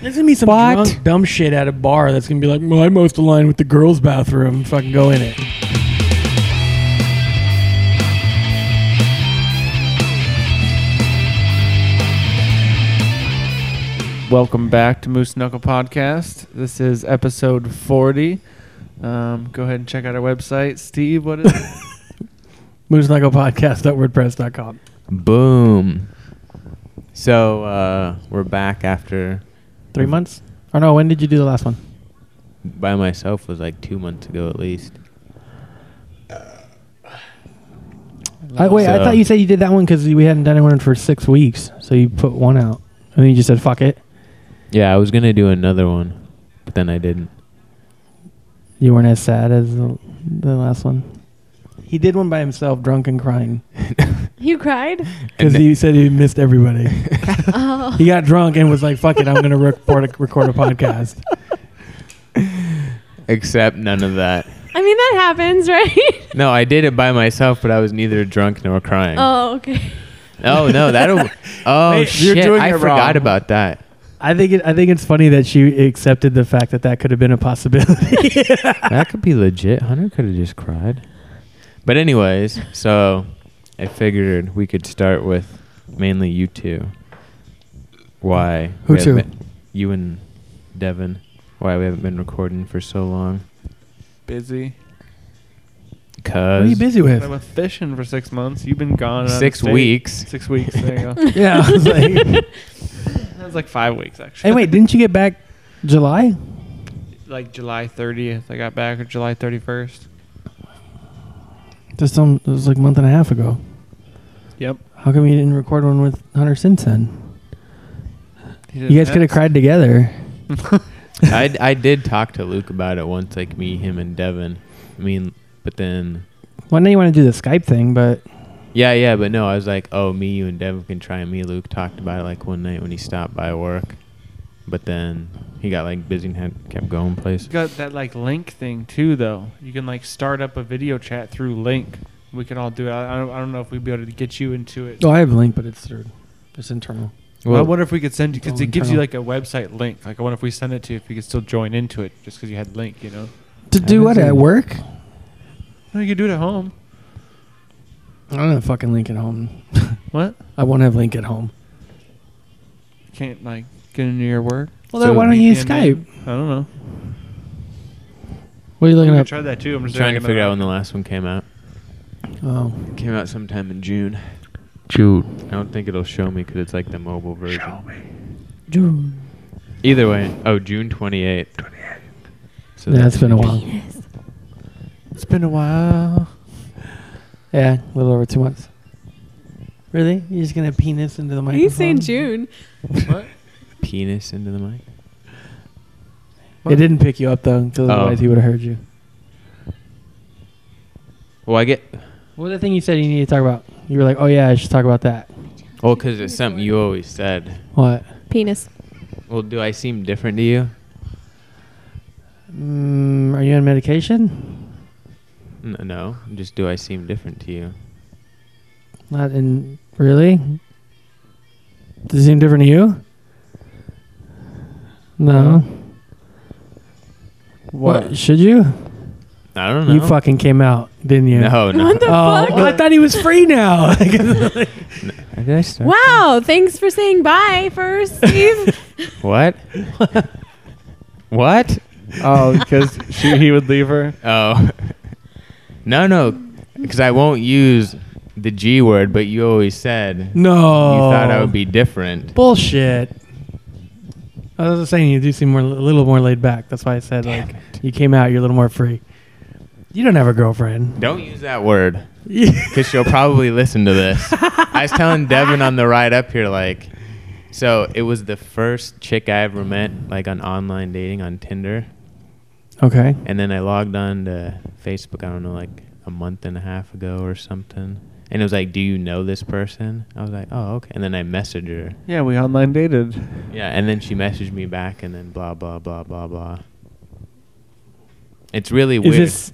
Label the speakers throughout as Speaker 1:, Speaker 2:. Speaker 1: There's gonna be some
Speaker 2: What?
Speaker 1: drunk dumb shit at a bar that's gonna be like, well, I most aligned with the girls' bathroom. Fucking go in it.
Speaker 3: Welcome back to Moose Knuckle Podcast. This is episode 40. Um, go ahead and check out our website. Steve, what is it?
Speaker 1: Moose Knuckle Podcast at WordPress.com.
Speaker 2: Boom.
Speaker 4: So uh, we're back after
Speaker 1: Mm-hmm.
Speaker 2: Three months? Or no, when did you do the last one?
Speaker 4: by myself was like two months ago at least.
Speaker 2: I, wait, I
Speaker 5: uh,
Speaker 4: So-
Speaker 2: thought you said you did that one because we hadn't done one for six weeks. So you put one out. And then you just said, fuck it.
Speaker 4: Yeah, I was gonna do another one, but then I didn't.
Speaker 2: You weren't as sad as the, the last one.
Speaker 1: He did one by himself, drunk and crying,
Speaker 5: You cried?
Speaker 1: because
Speaker 4: And-
Speaker 1: he said he missed everybody.
Speaker 5: oh.
Speaker 1: he got drunk and was like, "Fuck it, I'm gonna record a, record a podcast."
Speaker 4: Except none of that.
Speaker 5: I mean, that happens, right?
Speaker 4: No, I did it by myself, but I was neither drunk nor crying.
Speaker 5: oh, okay.
Speaker 4: Oh no, that'll. Oh
Speaker 1: Wait, you're
Speaker 4: shit!
Speaker 1: doing
Speaker 4: I
Speaker 1: it
Speaker 4: forgot
Speaker 1: wrong.
Speaker 4: about that.
Speaker 1: I think it, I think it's funny that she accepted the fact that that could have been a possibility.
Speaker 4: that could be legit. Hunter could have just cried. But anyways, so I figured we could start with mainly you two. Why?
Speaker 1: Who
Speaker 4: we haven't
Speaker 1: two?
Speaker 4: been- you and Devin. Why we haven't been recording for so long?
Speaker 3: busy?
Speaker 1: what are you
Speaker 4: Cause
Speaker 1: busy
Speaker 3: I
Speaker 1: with?
Speaker 3: was fishing for six months. You've been gone. out of
Speaker 4: six
Speaker 3: state.
Speaker 4: weeks.
Speaker 3: Six weeks. There you go.
Speaker 1: yeah, I was like,
Speaker 3: that was like five weeks actually.
Speaker 2: Hey, wait, didn't you get back July?
Speaker 3: like July 30th. I got back or July 31st.
Speaker 2: Just some, it was like a month and a half ago.
Speaker 3: Yep.
Speaker 2: How come you didn't record one with Hunter since then?
Speaker 3: He
Speaker 2: You
Speaker 3: didn't
Speaker 2: guys could have
Speaker 3: answer.
Speaker 2: cried together.
Speaker 4: I I did talk to Luke about it once, like me, him, and Devin. I mean, but then
Speaker 2: Well, now you want to do the Skype thing, but
Speaker 4: yeah, yeah, but no, I was like, oh, me, you, and Devin can try. And me, and Luke talked about it like one night when he stopped by work, but then he got like busy and had, kept going places.
Speaker 3: You got that like link thing too, though. You can like start up a video chat through link. We can all do it. I I don't, I don't know if we'd be able to get you into it.
Speaker 2: oh, I have a link, but it's through, it's internal.
Speaker 3: I wonder if we could send you
Speaker 2: It's all
Speaker 3: because it gives you like a
Speaker 2: internal.
Speaker 3: website link. Like I wonder if we send it to you if you could still join into it just because you had link. You know,
Speaker 2: To
Speaker 4: How
Speaker 2: do
Speaker 4: does
Speaker 2: what
Speaker 4: it-
Speaker 2: at work?
Speaker 3: no, you could do it at home.
Speaker 2: I don't have a fucking link at home.
Speaker 3: What?
Speaker 2: I won't have link at home.
Speaker 3: You can't like get into your work.
Speaker 2: Well,
Speaker 4: So-
Speaker 2: then why don't you use
Speaker 3: VPN?
Speaker 2: Skype?
Speaker 3: I don't know.
Speaker 2: What are
Speaker 3: We
Speaker 2: you looking
Speaker 3: could
Speaker 2: at?
Speaker 3: try that too. I'm
Speaker 4: I'm
Speaker 3: just
Speaker 4: trying to
Speaker 3: throwing it
Speaker 4: figure out when the last one came out.
Speaker 2: Oh,
Speaker 4: It came out sometime in June.
Speaker 3: June.
Speaker 4: I don't think it'll show me because it's like the mobile version.
Speaker 5: June.
Speaker 4: Either way, oh, June 28th. 28th. So
Speaker 2: yeah, it's been a while.
Speaker 3: It's been a while.
Speaker 2: Yeah, a little over two months. Really? You're just gonna penis into the
Speaker 5: Are
Speaker 2: microphone?
Speaker 5: you saying June?
Speaker 4: Penis into the mic.
Speaker 2: It didn't pick you up though, 'cause
Speaker 4: Oh.
Speaker 2: otherwise he would have heard you.
Speaker 4: Well, I get.
Speaker 2: What was the thing you said you need to talk about? You were like, "Oh yeah, I should talk about that."
Speaker 4: Well, because Oh, it's something you always said.
Speaker 2: What?
Speaker 5: Penis.
Speaker 4: Well, do I seem different to you?
Speaker 2: Mm, are you on medication?
Speaker 4: N- No, just do I seem different to you?
Speaker 2: Not in really. Does it seem different to you? No.
Speaker 3: What?
Speaker 2: Should you?
Speaker 4: I don't know.
Speaker 2: You fucking came out, didn't you?
Speaker 4: No, no.
Speaker 5: What the
Speaker 2: Oh,
Speaker 5: fuck?
Speaker 2: well, I thought he was free now.
Speaker 4: Did I start?
Speaker 5: Wow, thanks for saying bye first, Steve.
Speaker 4: What? what?
Speaker 3: Oh, because she he would leave her.
Speaker 4: Oh. no, no. Because I won't use the G word, but you always said
Speaker 2: no.
Speaker 4: you thought I would be different.
Speaker 2: bullshit. I was just saying you do seem more, a little more laid back. That's why I said
Speaker 4: Damn
Speaker 2: like you came out, you're a little more free. You don't have a girlfriend.
Speaker 4: Don't use that word. Because she'll probably listen to this. I was telling Devin on the ride up here, like, so it was the first chick I ever met, like on online dating on Tinder.
Speaker 2: okay.
Speaker 4: And then I logged on to Facebook, I don't know, like a month and a half ago or something. And it was like, Do you know this person? I was like, Oh, okay. And then I messaged her.
Speaker 3: Yeah, we online dated.
Speaker 4: Yeah. And then she messaged me back and then blah, blah, blah, blah, blah. It's really
Speaker 2: Is
Speaker 4: weird.
Speaker 2: this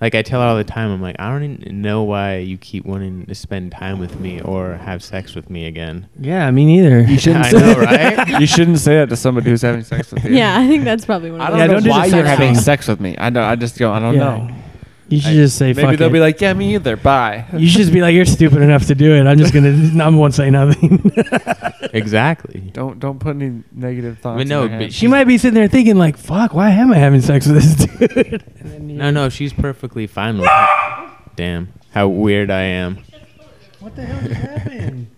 Speaker 4: Like I tell her all the time, I'm like, I don't even know why you keep wanting to spend time with me or have sex with me again.
Speaker 2: Yeah, me neither.
Speaker 3: You shouldn't
Speaker 4: I
Speaker 3: say
Speaker 4: know, right?
Speaker 3: you shouldn't say that to somebody who's having sex with you.
Speaker 5: yeah, I think that's probably one
Speaker 3: I
Speaker 5: of
Speaker 3: don't
Speaker 2: Yeah,
Speaker 5: those.
Speaker 3: know
Speaker 2: don't do the
Speaker 3: why you're
Speaker 2: sex
Speaker 3: having
Speaker 2: thing.
Speaker 3: sex with me. I know. I just go. I don't
Speaker 2: Yeah.
Speaker 3: know.
Speaker 2: You should
Speaker 3: I-
Speaker 2: just say
Speaker 3: Maybe
Speaker 2: fuck
Speaker 3: they'll
Speaker 2: it.
Speaker 3: be like, yeah, me either. Bye.
Speaker 2: you should just be like, you're stupid enough to do it. I'm just gonna. I won't say nothing.
Speaker 4: exactly.
Speaker 3: Don't don't put any negative thoughts.
Speaker 4: But
Speaker 3: in
Speaker 4: no,
Speaker 3: her
Speaker 4: but
Speaker 3: head.
Speaker 4: she-
Speaker 2: she might be sitting there thinking like, fuck, why am I having sex with this dude? And then you-
Speaker 4: No, no, she's perfectly fine with it. Damn, how weird I am.
Speaker 2: What the hell just happened?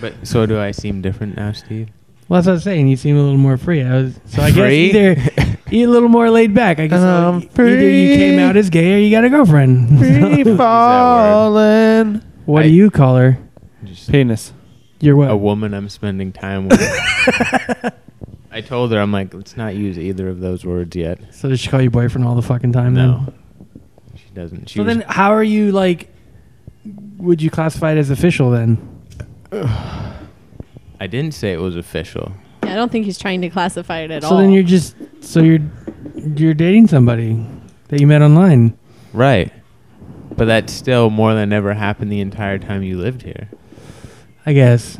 Speaker 4: But so do I seem different now, Steve?
Speaker 2: Well, that's what I was saying. You seem a little more free. I was, so I
Speaker 4: Free?
Speaker 2: guess either you're a little more laid back. I guess
Speaker 3: Um,
Speaker 2: e- either you came
Speaker 3: free.
Speaker 2: out as gay or you got a girlfriend.
Speaker 3: Free falling.
Speaker 2: what
Speaker 4: I-
Speaker 2: do you call her?
Speaker 4: Just
Speaker 3: Penis.
Speaker 2: You're what?
Speaker 4: a woman I'm spending time with. I told her I'm like, let's not use either of those words yet.
Speaker 2: so does she call you boyfriend all the fucking time?
Speaker 4: No,
Speaker 2: Then?
Speaker 4: she doesn't. She
Speaker 2: So
Speaker 4: was-
Speaker 2: then, how are you like? Would you classify it as official then?
Speaker 4: I didn't say it was official.
Speaker 5: Yeah, I don't think he's trying to classify it at
Speaker 2: so
Speaker 5: all.
Speaker 2: then you're just so you're you're dating somebody that you met online.
Speaker 4: Right. But that's still more than ever happened the entire time you lived here.
Speaker 2: I guess.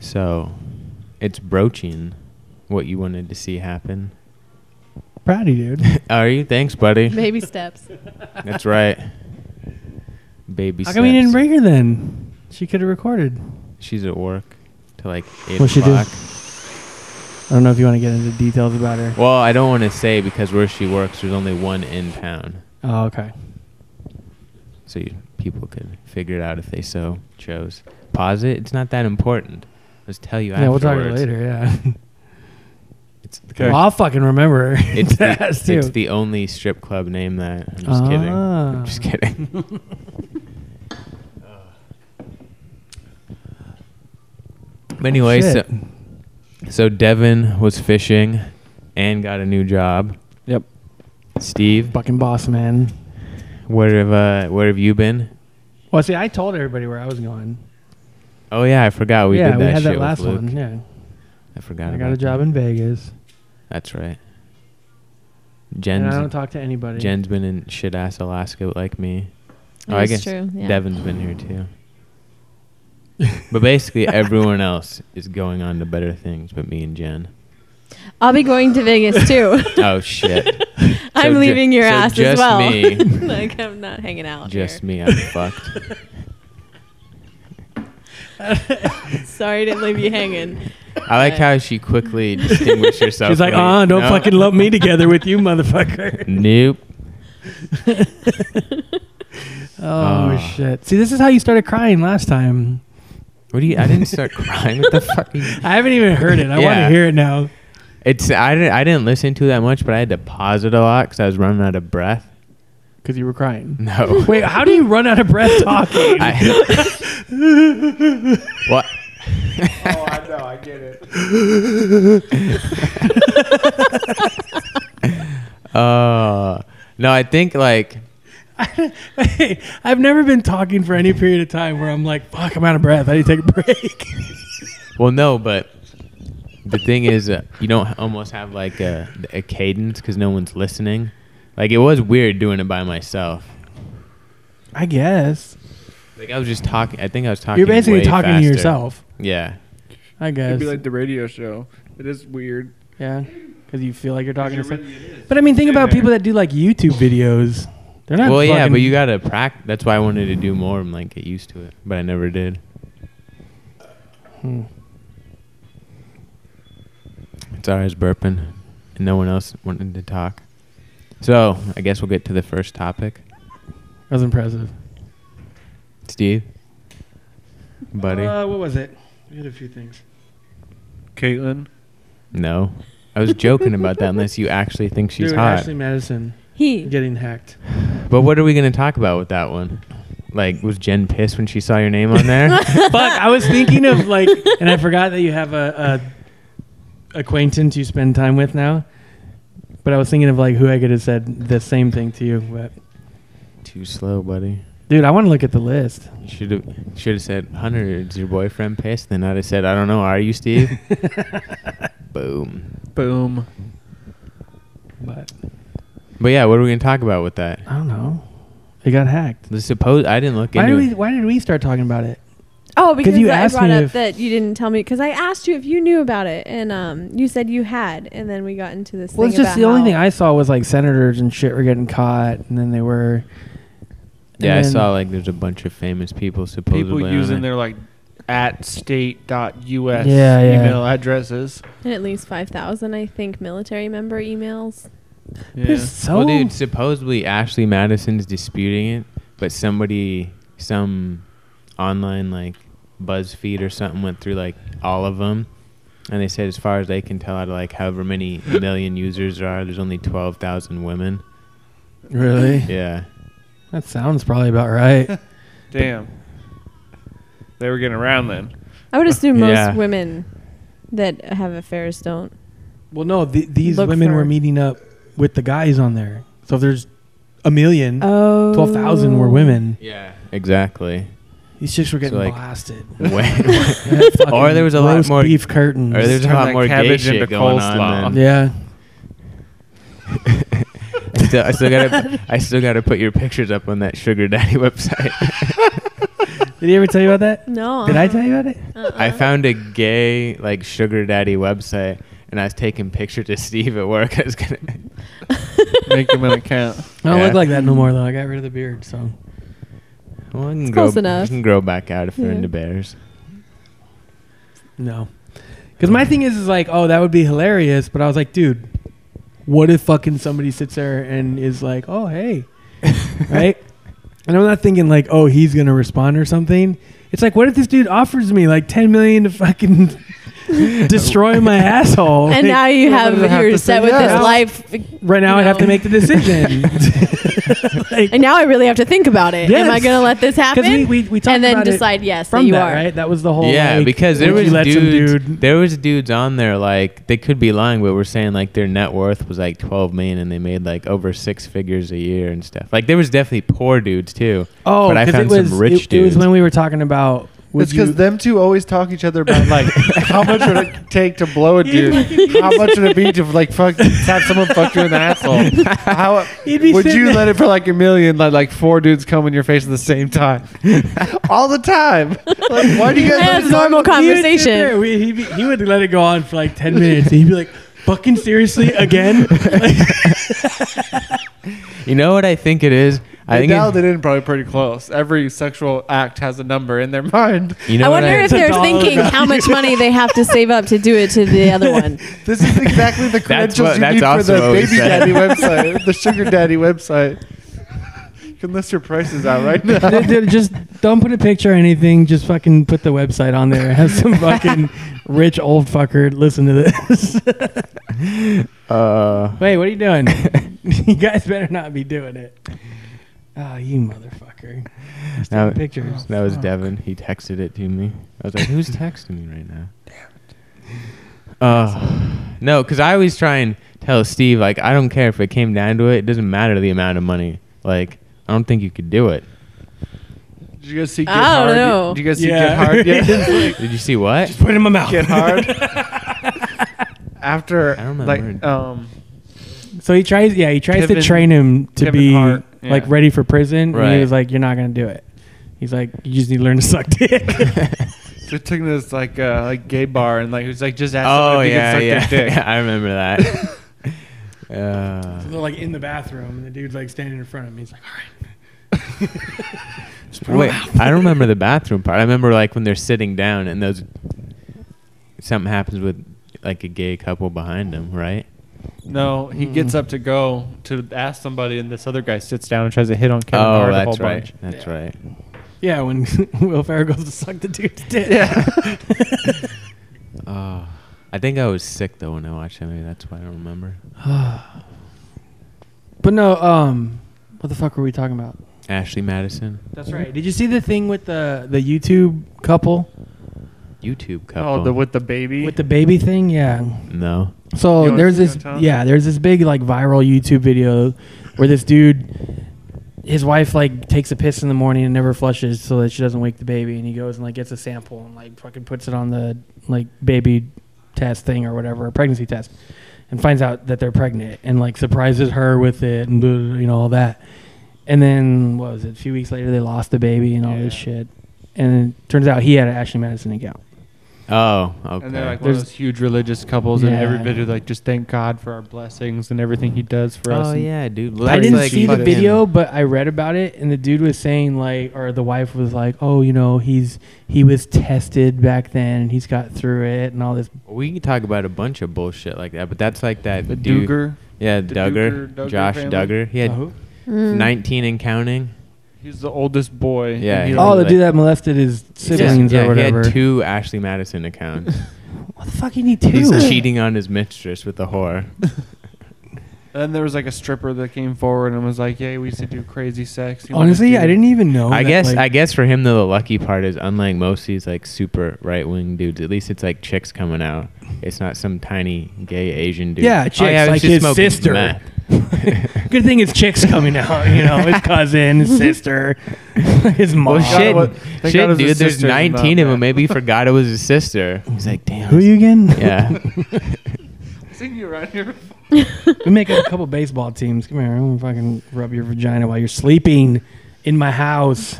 Speaker 4: So it's broaching what you wanted to see happen.
Speaker 2: Proud of you, dude.
Speaker 4: Are you? Thanks, buddy.
Speaker 5: baby steps.
Speaker 4: That's right. Baby
Speaker 2: How come you didn't
Speaker 4: steps.
Speaker 2: bring her then? She could have recorded.
Speaker 4: She's at work till like 8
Speaker 2: Well, she did.
Speaker 4: o'clock.
Speaker 2: I don't know if you want to get into details about her.
Speaker 4: Well, I don't want to say because where she works, there's only one in town.
Speaker 2: Oh, okay.
Speaker 4: So you, people could figure it out if they so chose. Pause it. It's not that important. Let's tell you
Speaker 2: Yeah, we'll talk about it
Speaker 4: afterwards.
Speaker 2: later. Yeah.
Speaker 4: It's,
Speaker 3: Okay.
Speaker 2: Well, I'll fucking remember. her.
Speaker 4: It's the,
Speaker 2: That's too.
Speaker 4: it's the only strip club name that. I'm just kidding.
Speaker 2: Ah.
Speaker 4: I'm just kidding. but anyway, so,
Speaker 2: Oh, Shit.
Speaker 4: so Devin was fishing and got a new job.
Speaker 3: Yep.
Speaker 4: Steve,
Speaker 2: fucking boss man.
Speaker 4: where have uh, where have you been?
Speaker 2: Well, see, I told everybody where I was going.
Speaker 4: Oh yeah, I forgot we
Speaker 2: yeah,
Speaker 4: did that
Speaker 2: we had
Speaker 4: shit
Speaker 2: that last
Speaker 4: with Luke.
Speaker 2: one. Yeah,
Speaker 4: I forgot.
Speaker 2: I
Speaker 4: about
Speaker 2: got a
Speaker 4: that.
Speaker 2: job in Vegas,
Speaker 4: That's right.
Speaker 2: and I don't
Speaker 4: Jen's
Speaker 2: talk to anybody.
Speaker 4: Jen's been in shit ass Alaska like me. Oh, I
Speaker 5: That's
Speaker 4: guess
Speaker 5: true. Yeah.
Speaker 4: Devin's been here too. but basically, everyone else is going on to better things, but me and Jen.
Speaker 5: I'll be going to Vegas too.
Speaker 4: Oh shit!
Speaker 5: I'm
Speaker 4: ju-
Speaker 5: leaving your
Speaker 4: so
Speaker 5: ass as
Speaker 4: just
Speaker 5: well.
Speaker 4: me.
Speaker 5: like I'm not hanging out.
Speaker 4: Just
Speaker 5: here.
Speaker 4: me, I'm fucked.
Speaker 5: Sorry to leave you hanging.
Speaker 4: I like how she quickly distinguished herself.
Speaker 2: She's like,
Speaker 4: from me.
Speaker 2: "Ah, don't
Speaker 4: No.
Speaker 2: fucking lump me together with you, motherfucker."
Speaker 4: Nope.
Speaker 2: Oh
Speaker 4: Ah.
Speaker 2: shit! See, this is how you started crying last time.
Speaker 4: What do you? I didn't start crying. What the fuck? are you-
Speaker 2: I haven't even heard it. I want to
Speaker 4: Yeah.
Speaker 2: hear it now.
Speaker 4: It's I didn't I didn't listen to that much, but I had to pause it a lot because I was running out of breath.
Speaker 2: Because you were crying.
Speaker 4: No.
Speaker 2: Wait, how do you run out of breath talking?
Speaker 4: I, what? oh, I know. I get it. uh, no, I think like
Speaker 2: Hey, I've never been talking for any period of time where I'm like, fuck, I'm out of breath. I need to take a break.
Speaker 4: well, no, but the thing is, uh, you don't almost have like a, a cadence because no one's listening. Like it was weird doing it by myself.
Speaker 2: I guess.
Speaker 4: Like I was just talking. I think I was talking.
Speaker 2: You're basically
Speaker 4: way
Speaker 2: talking to
Speaker 4: faster.
Speaker 2: yourself.
Speaker 4: Yeah.
Speaker 2: I guess.
Speaker 3: It'd be like the radio show. It is weird.
Speaker 2: yeah. Because you feel like you're talking to
Speaker 3: You're
Speaker 2: someone.
Speaker 3: really- it is.
Speaker 2: But I mean, think
Speaker 3: Yeah.
Speaker 2: about people that do like YouTube videos. They're not.
Speaker 4: Well, yeah,
Speaker 2: fucking-
Speaker 4: but you gotta practice. That's why I wanted to do more and like get used to it, but I never did.
Speaker 2: Hmm.
Speaker 4: Sorry, I was burping, and no one else wanted to talk. So I guess we'll get to the first topic,
Speaker 2: That was impressive.
Speaker 4: Steve, buddy.
Speaker 2: Uh, what was it? We had a few things.
Speaker 3: Caitlin.
Speaker 4: no, I was joking about that. Unless you actually think she's
Speaker 2: Dude,
Speaker 4: hot.
Speaker 2: Ashley Madison
Speaker 5: He.
Speaker 2: getting hacked.
Speaker 4: But what are we gonna talk about with that one? Like, was Jen pissed when she saw your name on there?
Speaker 2: Fuck, I was thinking of like, and I forgot that you have a, a acquaintance you spend time with now. But I was thinking of like who I could have said the same thing to you. But
Speaker 4: Too slow, buddy.
Speaker 2: dude, I want to look at the list.
Speaker 4: You should have should have said, "Hunter, is your boyfriend pissed?" Then I'd have said, "I don't know. Are you, Steve?" Boom.
Speaker 3: Boom.
Speaker 2: But
Speaker 4: But yeah, what are we gonna talk about with that?
Speaker 1: I don't know. It got hacked.
Speaker 4: The suppose I didn't look
Speaker 1: Why
Speaker 4: into
Speaker 1: did, we,
Speaker 4: it.
Speaker 1: why did we start talking about it?
Speaker 5: Oh, because
Speaker 1: you
Speaker 5: I
Speaker 1: asked
Speaker 5: brought
Speaker 1: me
Speaker 5: up
Speaker 1: if-
Speaker 5: that you didn't tell me because I asked you if you knew about it, and um, you said you had, and then we got into this.
Speaker 1: Well, it's
Speaker 5: thing
Speaker 1: just
Speaker 5: about
Speaker 1: the only
Speaker 5: how-
Speaker 1: thing I saw was like senators and shit were getting caught, and then they were.
Speaker 4: Yeah, I
Speaker 1: and then-
Speaker 4: saw like there's a bunch of famous people supposedly.
Speaker 3: People
Speaker 4: on
Speaker 3: using
Speaker 4: it. eh?
Speaker 3: their like at state.us
Speaker 1: Yeah, yeah.
Speaker 3: email addresses.
Speaker 5: And at least five thousand, I think, military member emails.
Speaker 3: Yeah.
Speaker 1: There's so
Speaker 4: Well, dude, supposedly Ashley Madison's disputing it, but somebody, some online like BuzzFeed or something went through like all of them, and they said as far as they can tell, out of like however many million users there are, there's only twelve thousand women.
Speaker 1: really.
Speaker 4: Yeah,
Speaker 1: That sounds probably about right.
Speaker 3: Damn. They were getting around then.
Speaker 5: I
Speaker 1: Uh,
Speaker 5: would assume most
Speaker 4: Yeah.
Speaker 5: women that have affairs don't.
Speaker 1: well, no, th- these
Speaker 5: Look
Speaker 1: women were
Speaker 5: for-
Speaker 1: meeting up with the guys on there. So if there's a million,
Speaker 5: Oh,
Speaker 1: twelve thousand were women.
Speaker 4: yeah, exactly.
Speaker 1: These chicks were getting
Speaker 4: like,
Speaker 1: blasted.
Speaker 4: Way-
Speaker 1: or
Speaker 4: there was a lot more-
Speaker 1: beef curtains.
Speaker 4: or there's a
Speaker 3: Turn
Speaker 4: lot
Speaker 3: that
Speaker 4: more gay
Speaker 3: cabbage
Speaker 4: shit
Speaker 3: into
Speaker 4: going on.
Speaker 3: coleslaw.
Speaker 1: yeah.
Speaker 4: Then. I still, I still gotta, I still gotta put your pictures up on that sugar daddy website.
Speaker 1: Did he ever tell you about that?
Speaker 5: No. uh-uh.
Speaker 1: Did I tell you about it?
Speaker 4: I found a gay like sugar daddy website, and I was taking pictures to Steve at work. I was gonna,
Speaker 3: Make them an account.
Speaker 1: I don't
Speaker 4: Yeah.
Speaker 1: look like that no more though. I got rid of the beard, so
Speaker 4: well, I can
Speaker 5: It's
Speaker 4: grow,
Speaker 5: close enough.
Speaker 4: You can grow back out if you're
Speaker 5: Yeah.
Speaker 4: into bears.
Speaker 1: no. Because my thing is, is like, oh, that would be hilarious. But I was like, dude, what if fucking somebody sits there and is like, oh, hey, right? And I'm not thinking like, oh, he's gonna respond or something. It's like, what if this dude offers me like 10 million to fucking destroy my asshole?
Speaker 5: And
Speaker 1: Like,
Speaker 5: now you
Speaker 3: Well,
Speaker 5: have
Speaker 3: then I have
Speaker 5: you're
Speaker 3: to
Speaker 5: set
Speaker 3: say
Speaker 5: with
Speaker 1: yes.
Speaker 5: this life,
Speaker 1: right now, I'd have to
Speaker 5: No.
Speaker 1: make the decision. like,
Speaker 5: and now I really have to think about it. Am I
Speaker 1: Yes.
Speaker 5: going to let this happen?
Speaker 1: because we, we we talked
Speaker 5: and then
Speaker 1: about it
Speaker 5: decide yes that
Speaker 1: from
Speaker 5: you
Speaker 1: that,
Speaker 5: are.
Speaker 1: right? That was the whole
Speaker 4: yeah,
Speaker 1: Oh, like,
Speaker 4: because there
Speaker 1: would
Speaker 4: was
Speaker 1: you let some
Speaker 4: dudes,
Speaker 1: dude
Speaker 4: there was dudes on there like they could be lying, but we're saying like their net worth was like 12 million, and they made like over six figures a year and stuff. Like there was definitely poor dudes too.
Speaker 1: Oh,
Speaker 4: But I
Speaker 1: 'cause
Speaker 4: found
Speaker 1: it
Speaker 4: some
Speaker 1: was,
Speaker 4: rich
Speaker 1: it, It was
Speaker 4: dudes.
Speaker 1: when we were talking about. would
Speaker 3: it's because
Speaker 1: you-
Speaker 3: them two always talk each other about like how much would it take to blow a dude, how much would it be to like fuck have someone fuck you in the asshole. How
Speaker 1: You'd be
Speaker 3: would
Speaker 1: sitting
Speaker 3: you
Speaker 1: there-
Speaker 3: let it for like a million? Let like four dudes come in your face at the same time, all the time. Like why do you
Speaker 5: Yeah,
Speaker 3: guys?
Speaker 5: it's normal
Speaker 1: He would sit there,
Speaker 5: conversation.
Speaker 1: we- he'd be- he would let it go on for like ten minutes, and he'd be like, "Fucking seriously again."
Speaker 4: You know what I think it is? I
Speaker 3: I
Speaker 4: think
Speaker 3: dialed
Speaker 4: it,
Speaker 3: it in probably pretty close. Every sexual act has a number in their mind.
Speaker 4: you know
Speaker 5: I
Speaker 4: what
Speaker 5: wonder if
Speaker 1: It's a
Speaker 5: they're
Speaker 1: dollar
Speaker 5: thinking how much money they have to save up to do it to the other one.
Speaker 3: This is exactly the
Speaker 4: That's
Speaker 3: credentials
Speaker 4: what-
Speaker 3: you
Speaker 4: that's
Speaker 3: need for
Speaker 4: also
Speaker 3: the
Speaker 4: what we
Speaker 3: baby
Speaker 4: said.
Speaker 3: daddy website, the sugar daddy website. You can list your prices out right now.
Speaker 1: Dude, dude, just don't put a picture or anything. Just fucking put the website on there. Have some fucking rich old fucker listen to this.
Speaker 4: Uh,
Speaker 1: Wait, what are you doing? you guys better not be doing it. Oh, you motherfucker! Just
Speaker 4: Now-
Speaker 1: taking pictures.
Speaker 4: that was
Speaker 1: Fuck.
Speaker 4: Devin. He texted it to me. I was like, "Who's texting me right now?" Uh, no, because I always try and tell Steve, like, I don't care if it came down to it. It doesn't matter the amount of money. Like, I don't think you could do it.
Speaker 3: Did you guys see Get
Speaker 5: I
Speaker 3: Hard?
Speaker 5: don't know.
Speaker 3: Did you guys see
Speaker 1: Yeah.
Speaker 3: Get Hard? Yeah.
Speaker 4: Did you see what?
Speaker 1: Just put it in my mouth.
Speaker 3: Get Hard. After
Speaker 4: I don't remember.
Speaker 3: like um
Speaker 1: So he tries, yeah, he tries
Speaker 3: Kevin-
Speaker 1: to train him to
Speaker 3: Kevin
Speaker 1: be
Speaker 3: Hart,
Speaker 1: like
Speaker 3: yeah.
Speaker 1: ready for prison, and
Speaker 4: Right.
Speaker 1: he was like, "You're not gonna do it." He's like, "You just need to learn to suck dick."
Speaker 3: they took him to this like uh like gay bar and like he was like just ask
Speaker 4: Oh
Speaker 3: someone if
Speaker 4: yeah,
Speaker 3: you
Speaker 4: yeah.
Speaker 3: could suck their dick.
Speaker 4: I remember that. uh,
Speaker 1: They're like in the bathroom, and the dude's like standing in front of him. He's like, "All right."
Speaker 4: wait, I don't remember the bathroom part. I remember like when they're sitting down and those something happens with like a gay couple behind them, right?
Speaker 3: No, he
Speaker 4: Mm-hmm.
Speaker 3: gets up to go to ask somebody and this other guy sits down and tries to hit on Kevin
Speaker 4: Oh,
Speaker 3: Hart a whole
Speaker 4: that's right.
Speaker 3: bunch.
Speaker 4: That's
Speaker 1: Yeah.
Speaker 4: right.
Speaker 1: Yeah, when Will Ferrell goes to suck the dude's dick.
Speaker 4: Oh, I think I was sick though when I watched that movie. That's why I don't remember.
Speaker 1: But no, um, what the fuck were we talking about?
Speaker 4: Ashley Madison,
Speaker 1: That's right. Did you see the thing with the the YouTube couple
Speaker 4: YouTube couple.
Speaker 3: Oh, the with the baby.
Speaker 1: with the baby thing? Yeah.
Speaker 4: no.
Speaker 1: So
Speaker 3: You wanna
Speaker 1: there's
Speaker 3: see
Speaker 1: this
Speaker 3: on top?
Speaker 1: yeah, there's this big like viral YouTube video where this dude his wife like takes a piss in the morning and never flushes so that she doesn't wake the baby and he goes and like gets a sample and like fucking puts it on the like baby test thing or whatever, pregnancy test. and finds out that they're pregnant and like surprises her with it and blah, blah, blah, you know all that. And then what was it? A few weeks later, they lost the baby and all this
Speaker 3: Yeah.
Speaker 1: shit. And it turns out he had an Ashley Madison account.
Speaker 4: Oh, okay.
Speaker 3: And they're like one
Speaker 1: There's-
Speaker 3: of those huge religious couples, and every
Speaker 1: Yeah.
Speaker 3: video like just thank God for our blessings and everything He does for us.
Speaker 4: oh
Speaker 3: and-
Speaker 4: yeah, dude.
Speaker 1: I
Speaker 4: That's
Speaker 1: didn't
Speaker 4: like
Speaker 1: see the
Speaker 4: fucking-
Speaker 1: video, but I read about it, and the dude was saying like, or the wife was like, "Oh, you know, he's he was tested back then, and he's got through it, and all this."
Speaker 4: We can talk about a bunch of bullshit like that, but that's like that
Speaker 3: The
Speaker 4: dude.
Speaker 3: Duger,
Speaker 4: Yeah,
Speaker 3: the
Speaker 4: Duggar,
Speaker 3: Duggar- Duggar
Speaker 4: Josh
Speaker 3: family. Oh.
Speaker 4: Duggar. He had
Speaker 1: Uh, who?
Speaker 4: 19 and counting.
Speaker 3: he's the oldest boy.
Speaker 4: Yeah,
Speaker 3: and he,
Speaker 4: yeah.
Speaker 1: Oh,
Speaker 3: like,
Speaker 1: the
Speaker 4: like-
Speaker 1: dude that molested his siblings
Speaker 4: yeah,
Speaker 1: or whatever.
Speaker 4: He had two Ashley Madison accounts.
Speaker 1: What the fuck? You need
Speaker 4: He's
Speaker 1: two.
Speaker 4: cheating on his mistress with a whore.
Speaker 3: And then there was like a stripper that came forward and was like, "Yeah, we used to do crazy sex." You know,
Speaker 1: Honestly,
Speaker 3: this
Speaker 1: I
Speaker 3: dude-
Speaker 1: didn't even know.
Speaker 4: I
Speaker 1: that,
Speaker 4: guess.
Speaker 1: like-
Speaker 4: I guess for him though, the lucky part is unlike most of these like super right wing dudes. At least it's like chicks coming out. It's not some tiny gay Asian dude.
Speaker 1: Yeah, chicks,
Speaker 4: I was
Speaker 1: like
Speaker 4: just
Speaker 1: his
Speaker 4: smoking
Speaker 1: sister.
Speaker 4: meth.
Speaker 1: Good thing his chick's coming out. You know, his cousin, his sister, his mom.
Speaker 4: Well,
Speaker 3: God,
Speaker 4: shit,
Speaker 3: what- thank God it
Speaker 4: shit,
Speaker 3: was his
Speaker 4: dude. There's
Speaker 3: sister's
Speaker 4: 19
Speaker 3: mom,
Speaker 4: of eh?
Speaker 3: yeah.
Speaker 4: them. Maybe he forgot it was his sister. He's like, damn.
Speaker 1: Who are you again?
Speaker 4: Yeah.
Speaker 3: I've seen you around here before.
Speaker 1: We make a couple baseball teams. Come here. I'm gonna fucking rub your vagina while you're sleeping in my house.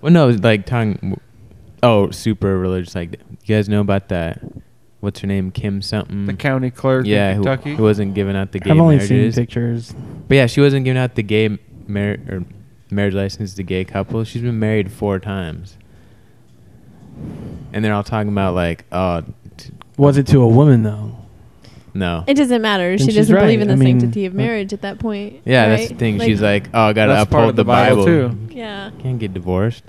Speaker 4: Well, no, like talking. Oh, super religious. Like, you guys know about that? What's her name? Kim something.
Speaker 3: the county clerk
Speaker 4: yeah,
Speaker 3: in
Speaker 4: who,
Speaker 3: Kentucky.
Speaker 4: who wasn't giving out the gay
Speaker 1: I've only
Speaker 4: marriages.
Speaker 1: seen pictures.
Speaker 4: But yeah, she wasn't giving out the gay mar- or marriage license to gay couples. She's been married four times. And they're all talking about like, oh, t-
Speaker 1: Was it to a woman though?
Speaker 4: no.
Speaker 5: Mm. It doesn't matter. She
Speaker 1: she's
Speaker 5: doesn't
Speaker 1: right.
Speaker 5: believe in the
Speaker 1: I mean,
Speaker 5: sanctity of
Speaker 1: uh,
Speaker 5: marriage at that point.
Speaker 4: Yeah, that's
Speaker 5: right?
Speaker 4: the thing. She's like, oh, I gotta
Speaker 3: That's part
Speaker 4: uphold
Speaker 3: of the Bible,
Speaker 4: Bible.
Speaker 3: too.
Speaker 5: yeah.
Speaker 4: Can't get divorced.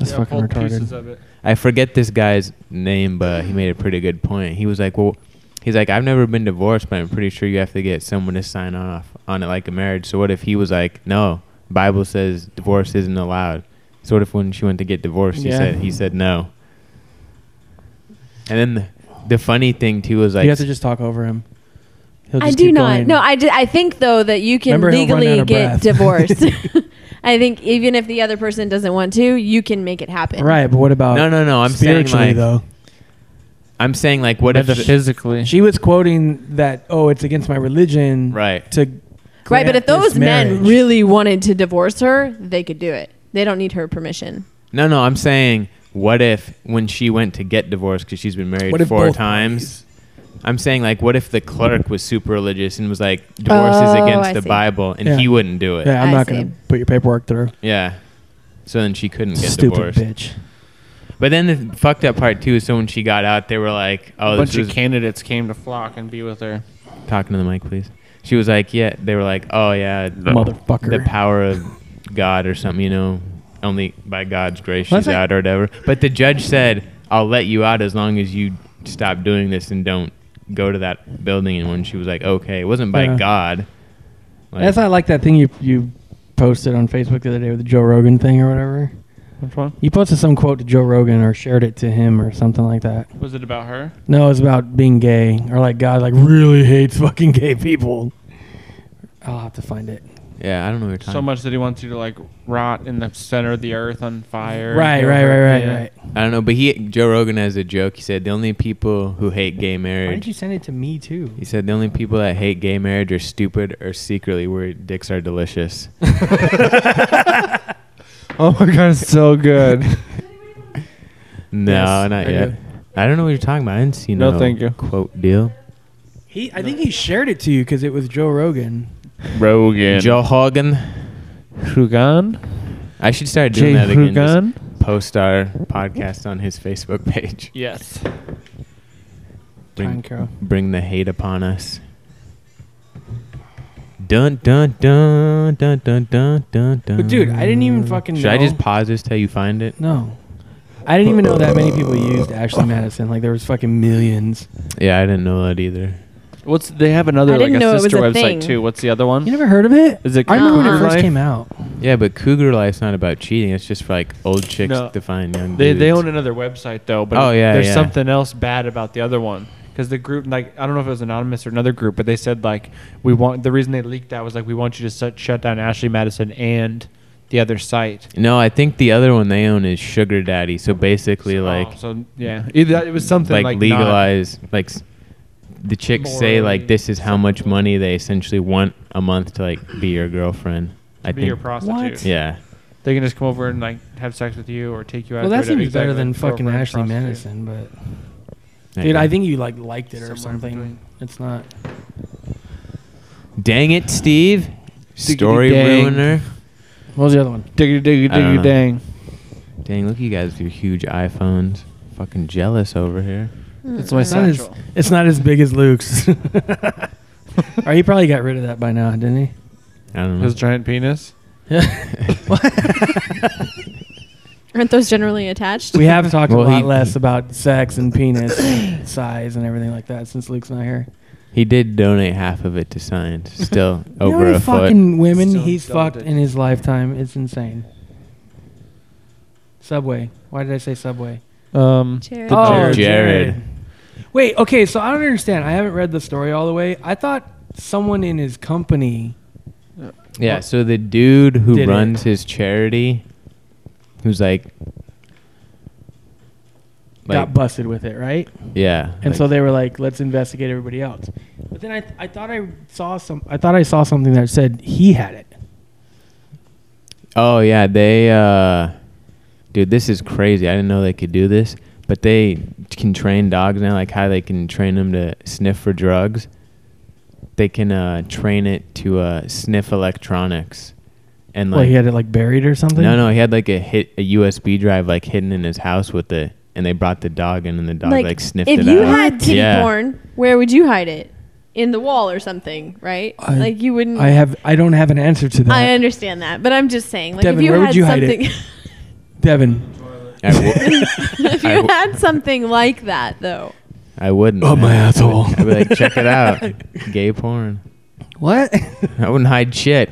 Speaker 1: That's
Speaker 3: Yeah,
Speaker 1: fucking
Speaker 3: pulled pieces
Speaker 1: retarded.
Speaker 3: of it.
Speaker 4: I forget this guy's name, but he made a pretty good point. He was like, "Well, he's like, I've never been divorced, but I'm pretty sure you have to get someone to sign off on it like a marriage. So what if he was like, no, Bible says divorce isn't allowed. So what if when she went to get divorced, he
Speaker 1: Yeah.
Speaker 4: said he said no. And then the, the funny thing too was like,
Speaker 1: you have to just talk over him. He'll
Speaker 5: I
Speaker 1: just
Speaker 5: do
Speaker 1: keep
Speaker 5: not.
Speaker 1: going.
Speaker 5: No, I, ju- I think though that you can
Speaker 1: Remember, he'll run out
Speaker 5: legally
Speaker 1: of
Speaker 5: get
Speaker 1: breath.
Speaker 5: divorced. I think even if the other person doesn't want to, you can make it happen.
Speaker 1: right, but what about
Speaker 4: no, no, no. I'm saying
Speaker 1: uh, spiritually
Speaker 4: like,
Speaker 1: though?
Speaker 4: I'm saying like, what if the,
Speaker 3: Metaphysically,
Speaker 1: She was quoting that. Oh, it's against my religion.
Speaker 4: right?
Speaker 1: To
Speaker 5: Right, but
Speaker 1: grant
Speaker 5: if those
Speaker 1: this
Speaker 5: men
Speaker 1: marriage.
Speaker 5: really wanted to divorce her, they could do it. They don't need her permission.
Speaker 4: No, no, I'm saying, what if when she went to get divorced because she's been married
Speaker 1: What if
Speaker 4: four
Speaker 1: both
Speaker 4: times? I'm saying, like, what if the clerk was super religious and was like, divorce is
Speaker 5: Oh,
Speaker 4: against
Speaker 5: I
Speaker 4: the
Speaker 5: see.
Speaker 4: Bible, and
Speaker 1: Yeah.
Speaker 4: he wouldn't do it? Yeah.
Speaker 1: yeah, I'm
Speaker 5: I
Speaker 1: not
Speaker 5: see.
Speaker 1: gonna put your paperwork through.
Speaker 4: So then she couldn't get
Speaker 1: Stupid
Speaker 4: divorced.
Speaker 1: bitch.
Speaker 4: But then the fucked up part too is so when she got out, they were like,
Speaker 3: a
Speaker 4: "Oh,
Speaker 3: bunch
Speaker 4: this
Speaker 3: of
Speaker 4: was
Speaker 3: candidates came to flock and be with her.
Speaker 4: talking to the mic, please." She was like, "Yeah." They were like, "Oh yeah, the,
Speaker 1: Motherfucker.
Speaker 4: the power of God or something, you know, only by God's grace
Speaker 1: Well,
Speaker 4: she's
Speaker 1: that's like-
Speaker 4: out or whatever." But the judge said, "I'll let you out as long as you stop doing this and don't go to that building." And when she was like, "Okay," it wasn't by
Speaker 1: Yeah.
Speaker 4: God. Like,
Speaker 1: That's not like that thing you you posted on Facebook the other day with the Joe Rogan thing or whatever.
Speaker 3: Which one
Speaker 1: You posted some quote to Joe Rogan or shared it to him or something like that.
Speaker 3: was it about her?
Speaker 1: No, it's about being gay or like God like really hates fucking gay people. I'll have to find it.
Speaker 4: yeah, I don't know what you're talking.
Speaker 3: So much that he wants you to like rot in the center of the earth on fire. and
Speaker 1: Right,
Speaker 3: kill
Speaker 1: right,
Speaker 3: her.
Speaker 1: right, right,
Speaker 3: Yeah.
Speaker 1: right.
Speaker 4: I don't know, but he Joe Rogan has a joke. He said the only people who hate gay
Speaker 1: Why did
Speaker 4: marriage.
Speaker 1: you send it to me too?
Speaker 4: He said the only people that hate gay marriage are stupid or secretly where dicks are delicious.
Speaker 3: Oh my god, it's so good.
Speaker 4: No,
Speaker 1: Yes,
Speaker 4: not
Speaker 1: I
Speaker 4: yet.
Speaker 1: do.
Speaker 4: I don't know what you're talking about. I didn't see
Speaker 3: No,
Speaker 4: no,
Speaker 3: thank you.
Speaker 4: quote deal.
Speaker 1: He, I think he shared it to you because it was Joe Rogan.
Speaker 3: Rogan.
Speaker 4: Joe Hogan.
Speaker 3: Hrugan.
Speaker 4: I should start
Speaker 3: Jay
Speaker 4: doing that again. just
Speaker 3: Hrugan.
Speaker 4: post our podcast on his Facebook page.
Speaker 3: Yes.
Speaker 1: Time
Speaker 4: Bring,
Speaker 1: Carol.
Speaker 4: bring the hate upon us. Dun dun dun dun dun dun dun dun.
Speaker 1: But dude, I didn't even fucking.
Speaker 4: Should
Speaker 1: know.
Speaker 4: I just pause this till you find it?
Speaker 1: No. I didn't even know that many people used Ashley Madison. Like there was fucking millions.
Speaker 4: Yeah, I didn't know that either.
Speaker 3: What's they have
Speaker 5: I
Speaker 3: another like
Speaker 5: didn't know it
Speaker 3: a
Speaker 5: was
Speaker 3: sister
Speaker 5: a
Speaker 3: website
Speaker 5: thing.
Speaker 3: too? What's the other one?
Speaker 1: You never heard of it?
Speaker 3: Is it
Speaker 5: I remember when it
Speaker 3: Cougar
Speaker 5: first
Speaker 3: Life?
Speaker 1: out.
Speaker 4: Yeah, but Cougar Life's not about cheating. It's just for like old chicks
Speaker 3: No.
Speaker 4: to find young
Speaker 3: They
Speaker 4: dudes.
Speaker 3: they own another website though, but
Speaker 4: Oh, yeah,
Speaker 3: there's
Speaker 4: yeah.
Speaker 3: something else bad about the other one because the group like I don't know if it was anonymous or another group, but they said like we want the reason they leaked that was like we want you to shut, shut down Ashley Madison and the other site.
Speaker 4: No, I think the other one they own is Sugar Daddy. So basically,
Speaker 1: Oh,
Speaker 3: So-
Speaker 4: like
Speaker 3: so yeah, either that- it was something
Speaker 4: like,
Speaker 3: like, not-
Speaker 4: legalize like s- the chicks say
Speaker 3: morally
Speaker 4: like this is how much money they essentially want a month to like be your girlfriend. I
Speaker 3: to be
Speaker 4: think.
Speaker 3: your prostitute.
Speaker 4: yeah.
Speaker 3: They can just come over and like have sex with you or take you out.
Speaker 1: Well,
Speaker 3: to
Speaker 1: that
Speaker 3: whatever-
Speaker 1: seems better
Speaker 3: exactly,
Speaker 1: than
Speaker 3: like, throw a
Speaker 1: fucking
Speaker 3: brand
Speaker 1: Ashley
Speaker 3: prostitute.
Speaker 1: Madison, but dude, I think you like liked it or
Speaker 3: Somewhere in
Speaker 1: something.
Speaker 3: between.
Speaker 1: It's not.
Speaker 4: Dang it, Steve. Story
Speaker 3: dang.
Speaker 4: ruiner.
Speaker 1: What was the other one?
Speaker 3: Diggity diggity
Speaker 4: I
Speaker 3: diggity
Speaker 4: don't know.
Speaker 3: dang.
Speaker 4: Dang, look at you guys with your huge iPhones. Fucking jealous over here.
Speaker 3: That's my
Speaker 1: That is-
Speaker 3: satchel.
Speaker 1: It's not as big as Luke's. or he probably got rid of that by now, didn't he?
Speaker 4: I don't know.
Speaker 3: His giant penis.
Speaker 5: Aren't those generally attached?
Speaker 1: We have talked
Speaker 4: Well,
Speaker 1: a lot
Speaker 4: he-
Speaker 1: less about sex and penis and size and everything like that since Luke's not here.
Speaker 4: He did donate half of it to science. Still
Speaker 1: you know
Speaker 4: over
Speaker 1: how many
Speaker 4: a foot.
Speaker 1: fucking women
Speaker 3: Still
Speaker 1: he's
Speaker 3: double
Speaker 1: fucked
Speaker 3: digits.
Speaker 1: in his lifetime? It's insane. Subway. Why did I say Subway?
Speaker 3: Um,
Speaker 5: Cherry.
Speaker 3: The
Speaker 1: Oh,
Speaker 3: Jared.
Speaker 4: Jared.
Speaker 1: Wait, okay, so I don't understand. I haven't read the story all the way. I thought someone in his company.
Speaker 4: Yeah, so the dude who
Speaker 1: Did it.
Speaker 4: runs his charity, who's like, like
Speaker 1: got busted with it, right?
Speaker 4: yeah,
Speaker 1: And
Speaker 4: like-
Speaker 1: so they were like, "Let's investigate everybody else." But then I, I thought I saw some. I thought I saw something that said he had it.
Speaker 4: oh yeah, they, uh, dude, this is crazy. I didn't know they could do this, but they can train dogs now, like how they can train them to sniff for drugs. They can uh, train it to uh, sniff electronics, and
Speaker 1: Like,
Speaker 4: like
Speaker 1: he had it like buried or something.
Speaker 4: no, no, he had like a hit a USB drive like hidden in his house with it, and they brought the dog in, and the dog like, sniffed
Speaker 5: if
Speaker 4: it
Speaker 5: you
Speaker 4: out.
Speaker 5: had kitty
Speaker 4: Yeah.
Speaker 5: porn, where would you hide it? In the wall or something, right?
Speaker 1: I-
Speaker 5: like you wouldn't.
Speaker 1: I have. I don't have an answer to that.
Speaker 5: Mm. I understand that, but I'm just saying, like
Speaker 1: Devin,
Speaker 5: if you
Speaker 1: where would
Speaker 5: had
Speaker 1: you hide
Speaker 5: something,
Speaker 1: Devin.
Speaker 4: I, w-
Speaker 5: if
Speaker 4: I
Speaker 5: you
Speaker 4: w-
Speaker 5: had something like that, though,
Speaker 4: I wouldn't.
Speaker 1: Oh,
Speaker 2: Up my
Speaker 4: man.
Speaker 2: asshole.
Speaker 4: I'd be like, check it out, gay porn.
Speaker 1: What?
Speaker 4: I wouldn't hide shit.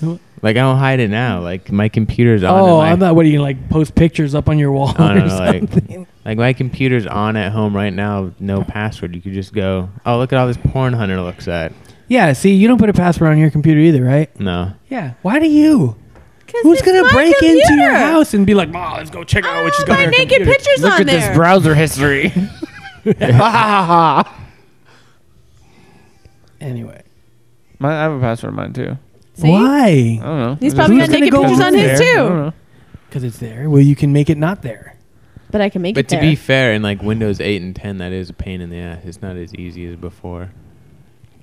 Speaker 4: Like I don't hide it now. Like my computer's on.
Speaker 1: oh,
Speaker 4: at my,
Speaker 1: I'm not. What do you like? Post pictures up on your wall
Speaker 4: I don't
Speaker 1: or
Speaker 4: know, like-
Speaker 1: something?
Speaker 4: Like my computer's on at home right now. No password. You could just go. Oh, look at all this porn hunter looks at.
Speaker 1: yeah. See, you don't put a password on your computer either, right?
Speaker 4: No.
Speaker 1: Yeah. Why do you?
Speaker 5: 'Cause
Speaker 1: Who's
Speaker 5: it's
Speaker 1: gonna
Speaker 5: my
Speaker 1: break into your
Speaker 5: computer.
Speaker 1: house and be like, "Ma, let's go check out
Speaker 5: Oh,
Speaker 1: what she's got
Speaker 5: my
Speaker 1: on her
Speaker 5: naked
Speaker 1: computer."
Speaker 5: pictures
Speaker 3: look
Speaker 5: on
Speaker 3: at
Speaker 5: there.
Speaker 3: this browser history.
Speaker 1: Anyway,
Speaker 3: Mine, I have a password on mine too.
Speaker 5: See?
Speaker 1: why?
Speaker 3: I don't know.
Speaker 5: He's
Speaker 3: It
Speaker 5: probably
Speaker 3: just-
Speaker 5: got
Speaker 1: gonna
Speaker 5: naked
Speaker 1: go
Speaker 5: pictures
Speaker 1: over
Speaker 5: on
Speaker 3: there.
Speaker 5: his
Speaker 3: I don't
Speaker 5: too.
Speaker 3: know.
Speaker 1: Because it's there. Well, you can make it not there.
Speaker 5: But I can make
Speaker 4: But
Speaker 5: it
Speaker 4: to
Speaker 5: there.
Speaker 4: be fair, in like Windows 8 and 10, that is a pain in the ass. It's not as easy as before.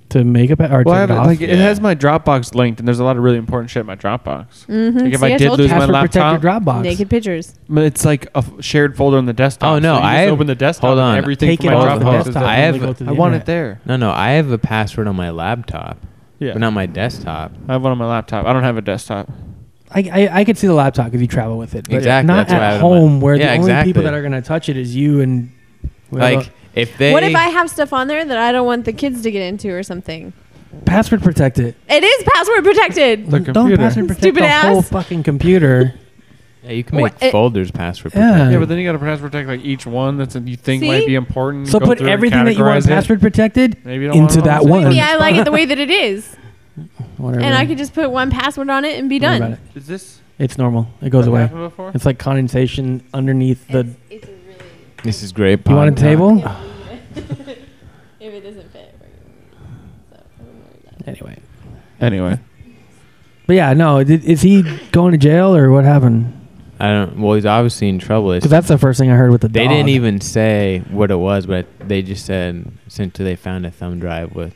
Speaker 1: To make a pa- or
Speaker 3: Well,
Speaker 1: take
Speaker 3: I have
Speaker 1: it
Speaker 3: it,
Speaker 1: off.
Speaker 3: like, it
Speaker 4: Yeah.
Speaker 3: has my Dropbox linked, and there's a lot of really important shit in my Dropbox.
Speaker 5: mm-hmm.
Speaker 3: Like, if
Speaker 5: See,
Speaker 3: I did
Speaker 5: told
Speaker 3: lose
Speaker 5: you.
Speaker 3: my
Speaker 1: Password protected
Speaker 3: laptop.
Speaker 1: Dropbox.
Speaker 5: naked pictures.
Speaker 3: But it's like a f- shared folder on the desktop.
Speaker 4: Oh,
Speaker 3: so
Speaker 4: no,
Speaker 3: you just
Speaker 4: I have-
Speaker 3: open the desktop.
Speaker 4: hold
Speaker 3: and
Speaker 4: on.
Speaker 3: everything
Speaker 1: Take it
Speaker 3: from my
Speaker 1: off the
Speaker 4: Dropbox is
Speaker 1: desktop.
Speaker 4: I
Speaker 1: and
Speaker 4: have-
Speaker 1: only go to the
Speaker 3: I want it
Speaker 1: internet.
Speaker 3: there.
Speaker 4: No, no, I have a password on my laptop,
Speaker 3: Yeah,
Speaker 4: but not my desktop.
Speaker 3: I have one on my laptop. I don't have a desktop.
Speaker 1: Uh, I, I, I could see the laptop because you travel with it. But
Speaker 4: Exactly,
Speaker 1: Not
Speaker 4: that's what I
Speaker 1: at
Speaker 4: would
Speaker 1: home
Speaker 4: want.
Speaker 1: where the
Speaker 4: Yeah,
Speaker 1: only people
Speaker 4: exactly.
Speaker 1: that are going to touch it is you and. whoever-
Speaker 4: Like if they.
Speaker 5: What if I have stuff on there that I don't want the kids to get into or something?
Speaker 1: password protect it.
Speaker 5: It is password protected.
Speaker 3: The
Speaker 1: Don't
Speaker 3: computer.
Speaker 1: password protect
Speaker 5: Stupid
Speaker 1: the whole
Speaker 5: ass.
Speaker 1: fucking computer.
Speaker 4: Yeah, you can make
Speaker 5: Wha- it-
Speaker 4: folders password.
Speaker 1: Yeah.
Speaker 4: protected.
Speaker 3: Yeah, but then you got to password protect like each one that's you think might
Speaker 5: See?
Speaker 3: be important.
Speaker 1: so
Speaker 3: go
Speaker 1: put
Speaker 3: through and
Speaker 1: everything that you
Speaker 3: categorize
Speaker 1: want
Speaker 3: it.
Speaker 1: password protected.
Speaker 3: Maybe you don't want
Speaker 1: into
Speaker 3: it on
Speaker 1: that
Speaker 3: the same
Speaker 1: one.
Speaker 5: Maybe I like it the way that it is,
Speaker 1: Whatever.
Speaker 5: and I could just put one password on it and be
Speaker 1: Don't worry
Speaker 5: done.
Speaker 1: about it.
Speaker 3: Is this
Speaker 1: It's normal. It goes
Speaker 3: ever
Speaker 1: away.
Speaker 3: happened before?
Speaker 1: It's like condensation underneath the.
Speaker 5: It's, a really.
Speaker 4: This is great.
Speaker 1: You want a
Speaker 4: podcast.
Speaker 1: table?
Speaker 5: if it doesn't fit.
Speaker 1: Anyway.
Speaker 3: Anyway,
Speaker 1: But yeah, no. Did, is he going to jail or what happened?
Speaker 4: I don't. Well, he's obviously in trouble. It's-
Speaker 1: Because that's the first thing I heard with the
Speaker 4: they
Speaker 1: dog.
Speaker 4: didn't even say what it was, but they just said since they found a thumb drive with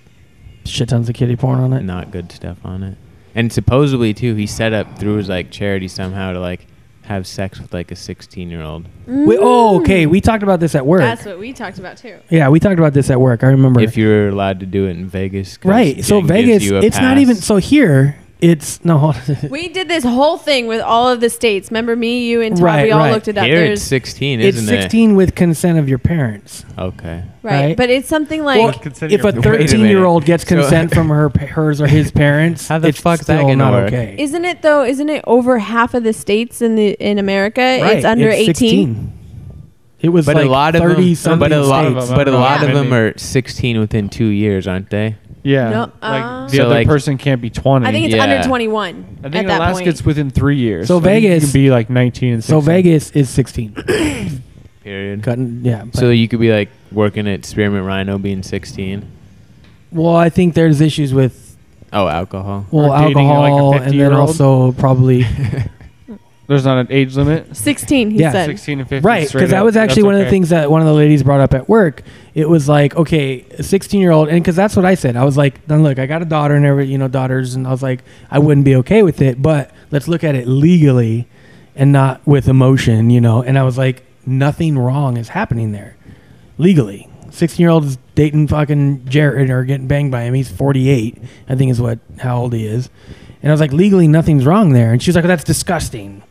Speaker 1: shit tons of kitty porn on it.
Speaker 4: not good stuff on it, and supposedly too, he set up through his like charity somehow to like have sex with like a 16 year old.
Speaker 1: We, oh, okay. We talked about this at work.
Speaker 5: Mm. That's what we talked about too.
Speaker 1: yeah, we talked about this at work. I remember.
Speaker 4: If you're allowed to do it in Vegas, 'cause
Speaker 1: right. So
Speaker 4: Jen gives
Speaker 1: Vegas,
Speaker 4: you a
Speaker 1: it's not even.
Speaker 4: pass.
Speaker 1: So here, it's no. hold-
Speaker 5: We did this whole thing with all of the states. Remember me, you, and Todd?
Speaker 1: Right,
Speaker 5: we all
Speaker 1: right.
Speaker 5: looked it up.
Speaker 4: Here it's
Speaker 5: There's
Speaker 4: 16,
Speaker 1: it's
Speaker 4: isn't it?
Speaker 1: 16 with consent of your parents.
Speaker 4: Okay.
Speaker 5: right,
Speaker 1: right?
Speaker 5: but it's something like
Speaker 1: well,
Speaker 3: consent of
Speaker 1: if a
Speaker 3: your-
Speaker 4: Wait a minute.
Speaker 1: 13 year old gets
Speaker 4: So-
Speaker 1: consent from her, pa- hers or his parents,
Speaker 4: How the
Speaker 1: it's
Speaker 4: fuck's that
Speaker 1: still
Speaker 4: gonna
Speaker 1: not
Speaker 4: work?
Speaker 1: okay.
Speaker 5: Isn't it though? Isn't it over half of the states in the in America?
Speaker 1: Right,
Speaker 5: It's under 18.
Speaker 1: 16. It was
Speaker 4: But
Speaker 1: like
Speaker 4: a lot of
Speaker 1: 30
Speaker 4: them,
Speaker 1: something
Speaker 4: but a lot
Speaker 1: states.
Speaker 3: of them
Speaker 4: but a
Speaker 3: are
Speaker 4: lot of
Speaker 3: not.
Speaker 4: them are 16 within two years, aren't they?
Speaker 3: yeah,
Speaker 5: No, uh,
Speaker 3: like the
Speaker 4: So,
Speaker 3: other
Speaker 4: like-
Speaker 3: person can't be twenty.
Speaker 5: I think it's
Speaker 4: Yeah.
Speaker 5: under 21
Speaker 3: I think
Speaker 5: at that
Speaker 3: Alaska
Speaker 5: point.
Speaker 3: it's within three years.
Speaker 1: So
Speaker 3: I think
Speaker 1: Vegas-
Speaker 3: you can be like nineteen and 16.
Speaker 1: So Vegas is 16.
Speaker 4: period.
Speaker 1: Cutting, yeah.
Speaker 4: So you could be like working at Spearmint Rhino being 16.
Speaker 1: well, I think there's issues with
Speaker 4: Oh, alcohol.
Speaker 1: well
Speaker 3: Or dating, like, a
Speaker 1: alcohol, and then
Speaker 3: 50-year-old?
Speaker 1: also probably
Speaker 3: There's not an age limit.
Speaker 5: 16, he
Speaker 1: Yeah,
Speaker 5: said.
Speaker 3: 16 and 15.
Speaker 1: right
Speaker 3: straight
Speaker 1: because that
Speaker 3: up.
Speaker 1: was actually
Speaker 3: That's
Speaker 1: one of
Speaker 3: okay.
Speaker 1: the things that one of the ladies brought up at work it was like okay a 16 year old and because that's what i said i was like then look i got a daughter and every you know daughters and i was like i wouldn't be okay with it but let's look at it legally and not with emotion you know and i was like nothing wrong is happening there legally 16 year old is dating fucking jared or getting banged by him he's 48 i think is what how old he is and i was like legally nothing's wrong there and she was like well, that's disgusting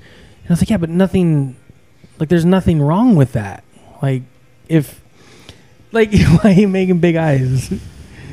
Speaker 1: and I was like, yeah, but nothing, like, there's nothing wrong with that. Like, if, like, why are you making big eyes?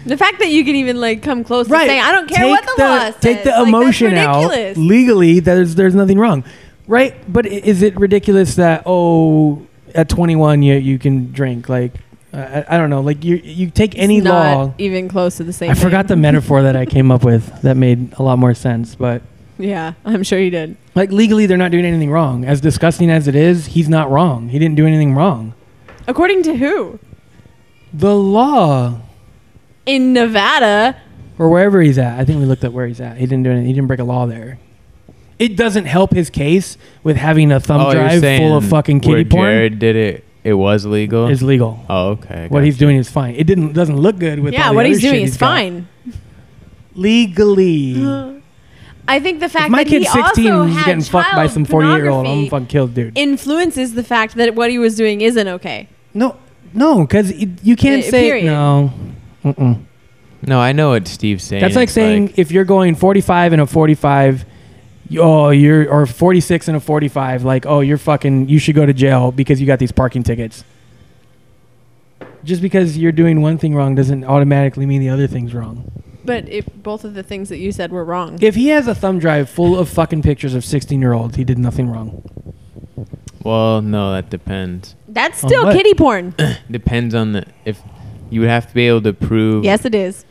Speaker 5: The fact that you can even like come close
Speaker 1: Right.
Speaker 5: to saying, I don't care what the, law says.
Speaker 1: Take the
Speaker 5: Like, that's
Speaker 1: emotion out.
Speaker 5: ridiculous.
Speaker 1: Legally, there's there's nothing wrong, right? But i- is it ridiculous that oh, at 21 you you can drink? Like, I, I don't know. Like you you take any
Speaker 5: It's not
Speaker 1: law.
Speaker 5: even close to the same.
Speaker 1: I forgot the
Speaker 5: thing.
Speaker 1: metaphor that I came up with that made a lot more sense, but
Speaker 5: Yeah, I'm sure you did.
Speaker 1: like legally they're not doing anything wrong. As disgusting as it is, he's not wrong. He didn't do anything wrong.
Speaker 5: According to who?
Speaker 1: The law,
Speaker 5: In Nevada,
Speaker 1: or wherever he's at. I think we looked up where he's at. He didn't do anything. He didn't break a law there. It doesn't help his case with having a thumb
Speaker 4: oh, you're
Speaker 1: drive
Speaker 4: saying
Speaker 1: full of fucking
Speaker 4: where
Speaker 1: kitty porn
Speaker 4: Jared did it. It was legal.
Speaker 1: is legal.
Speaker 4: oh, okay.
Speaker 1: What
Speaker 4: gotcha.
Speaker 1: he's doing is fine. It didn't doesn't look good with all
Speaker 5: yeah,
Speaker 1: the
Speaker 5: what he's
Speaker 1: other shit
Speaker 5: doing is
Speaker 1: got.
Speaker 5: fine.
Speaker 1: legally.
Speaker 5: I think the fact
Speaker 1: If my
Speaker 5: that he
Speaker 1: kid's sixteen
Speaker 5: also
Speaker 1: and he's
Speaker 5: had
Speaker 1: getting fucked by
Speaker 5: child
Speaker 1: some forty year old, I'm
Speaker 5: pornography
Speaker 1: fucking killed, dude.
Speaker 5: influences the fact that what he was doing isn't okay.
Speaker 1: no, no, because you can't
Speaker 5: Uh,
Speaker 1: say
Speaker 5: period.
Speaker 1: no. Mm-mm.
Speaker 4: No, I know what Steve's saying.
Speaker 1: That's like
Speaker 4: It's
Speaker 1: saying if you're going 45 and a 45, you- oh, you're or 46 and a 45, like oh, you're fucking, you should go to jail because you got these parking tickets. Just because you're doing one thing wrong doesn't automatically mean the other thing's wrong.
Speaker 5: But if both of the things that you said were wrong,
Speaker 1: If he has a thumb drive full of fucking pictures of 16 year olds, he did nothing wrong.
Speaker 4: well, no, that depends.
Speaker 5: that's
Speaker 1: On
Speaker 5: still
Speaker 1: what?
Speaker 5: kitty porn.
Speaker 4: Depends on the if you would have to be able to prove.
Speaker 5: yes, it is.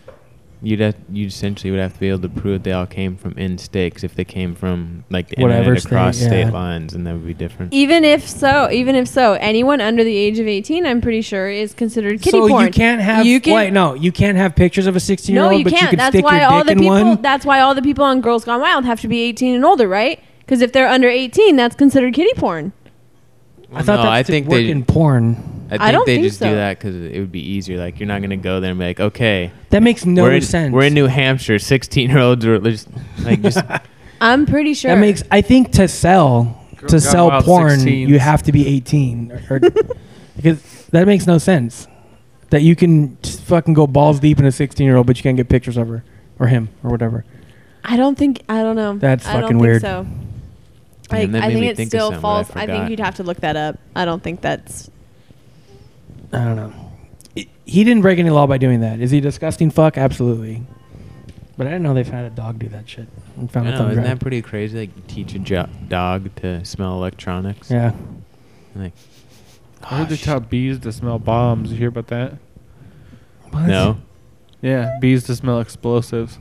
Speaker 4: You'd have, you essentially would have to be able to prove they all came from in states. If they came from like the
Speaker 1: Whatever
Speaker 4: internet
Speaker 1: state,
Speaker 4: across state
Speaker 1: yeah.
Speaker 4: lines, and that would be different.
Speaker 5: Even if so, even if so, anyone under the age of 18, I'm pretty sure, is considered kitty
Speaker 1: so
Speaker 5: porn.
Speaker 1: you can't have
Speaker 5: You can-
Speaker 1: wait, no, you can't have pictures of a 16 year
Speaker 5: No,
Speaker 1: old,
Speaker 5: you
Speaker 1: but you
Speaker 5: can't.
Speaker 1: can
Speaker 5: that's
Speaker 1: stick
Speaker 5: why
Speaker 1: your
Speaker 5: all
Speaker 1: dick
Speaker 5: the
Speaker 1: in
Speaker 5: people.
Speaker 1: one.
Speaker 5: That's why all the people on Girls Gone Wild have to be 18 and older, right? Because if they're under 18, that's considered kitty porn.
Speaker 1: I thought
Speaker 4: no,
Speaker 1: that's
Speaker 4: I
Speaker 1: to
Speaker 4: think
Speaker 1: work
Speaker 4: they-
Speaker 1: in porn.
Speaker 4: I think
Speaker 5: don't
Speaker 4: they
Speaker 5: think
Speaker 4: just
Speaker 5: so.
Speaker 4: do that because it would be easier. Like you're not gonna go there and be like, okay,
Speaker 1: That makes no
Speaker 4: we're in,
Speaker 1: sense.
Speaker 4: We're in New Hampshire. Sixteen year olds are just like just
Speaker 5: I'm pretty sure.
Speaker 1: That makes I think to sell
Speaker 3: Girl
Speaker 1: to
Speaker 3: Gone
Speaker 1: sell
Speaker 3: Wild
Speaker 1: porn
Speaker 3: 16s.
Speaker 1: you have to be 18 or, because that makes no sense that you can just fucking go balls deep in a 16 year old but you can't get pictures of her or him or whatever.
Speaker 5: I don't think. I don't know.
Speaker 1: That's
Speaker 5: I don't
Speaker 1: fucking
Speaker 5: think
Speaker 1: weird.
Speaker 5: So.
Speaker 4: Damn,
Speaker 5: I,
Speaker 4: that
Speaker 5: I
Speaker 4: made
Speaker 5: think
Speaker 4: me
Speaker 5: it
Speaker 4: think of
Speaker 5: still
Speaker 4: something that I
Speaker 5: falls. I think
Speaker 4: forgot.
Speaker 5: you'd have to look that up. I don't think that's.
Speaker 1: I don't know. I- He didn't break any law by doing that. Is he a disgusting fuck? Absolutely. But I didn't know they've had a dog do that shit. And
Speaker 4: I
Speaker 1: found a
Speaker 4: know,
Speaker 1: thumb
Speaker 4: isn't
Speaker 1: drive.
Speaker 4: Oh, that pretty crazy? Like you teach a jo- dog to smell electronics.
Speaker 1: yeah.
Speaker 4: Like,
Speaker 3: I heard they
Speaker 4: gosh.
Speaker 3: taught bees to smell bombs. You hear about that?
Speaker 4: No,
Speaker 3: Yeah, bees to smell explosives.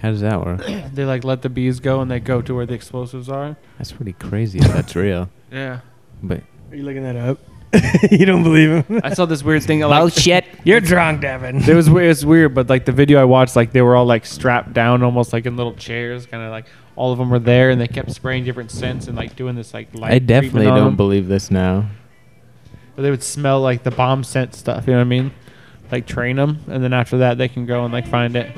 Speaker 4: how does that work?
Speaker 3: They like let the bees go and they go to where the explosives are.
Speaker 4: That's pretty crazy. if That's real.
Speaker 3: Yeah.
Speaker 4: But
Speaker 1: Are you looking that up? you don't believe him?
Speaker 3: I saw this weird thing.
Speaker 1: Oh,
Speaker 3: Like,
Speaker 4: shit.
Speaker 1: You're drunk, Devin.
Speaker 3: It was weird. It's weird, but like the video I watched, like they were all like strapped down, almost like in little chairs, kind of like all of them were there, and they kept spraying different scents and like doing this like light.
Speaker 4: I definitely
Speaker 3: treatment on
Speaker 4: don't
Speaker 3: them.
Speaker 4: believe this now.
Speaker 3: But they would smell like the bomb scent stuff. You know what I mean? Like train them, and then after that they can go and like find it.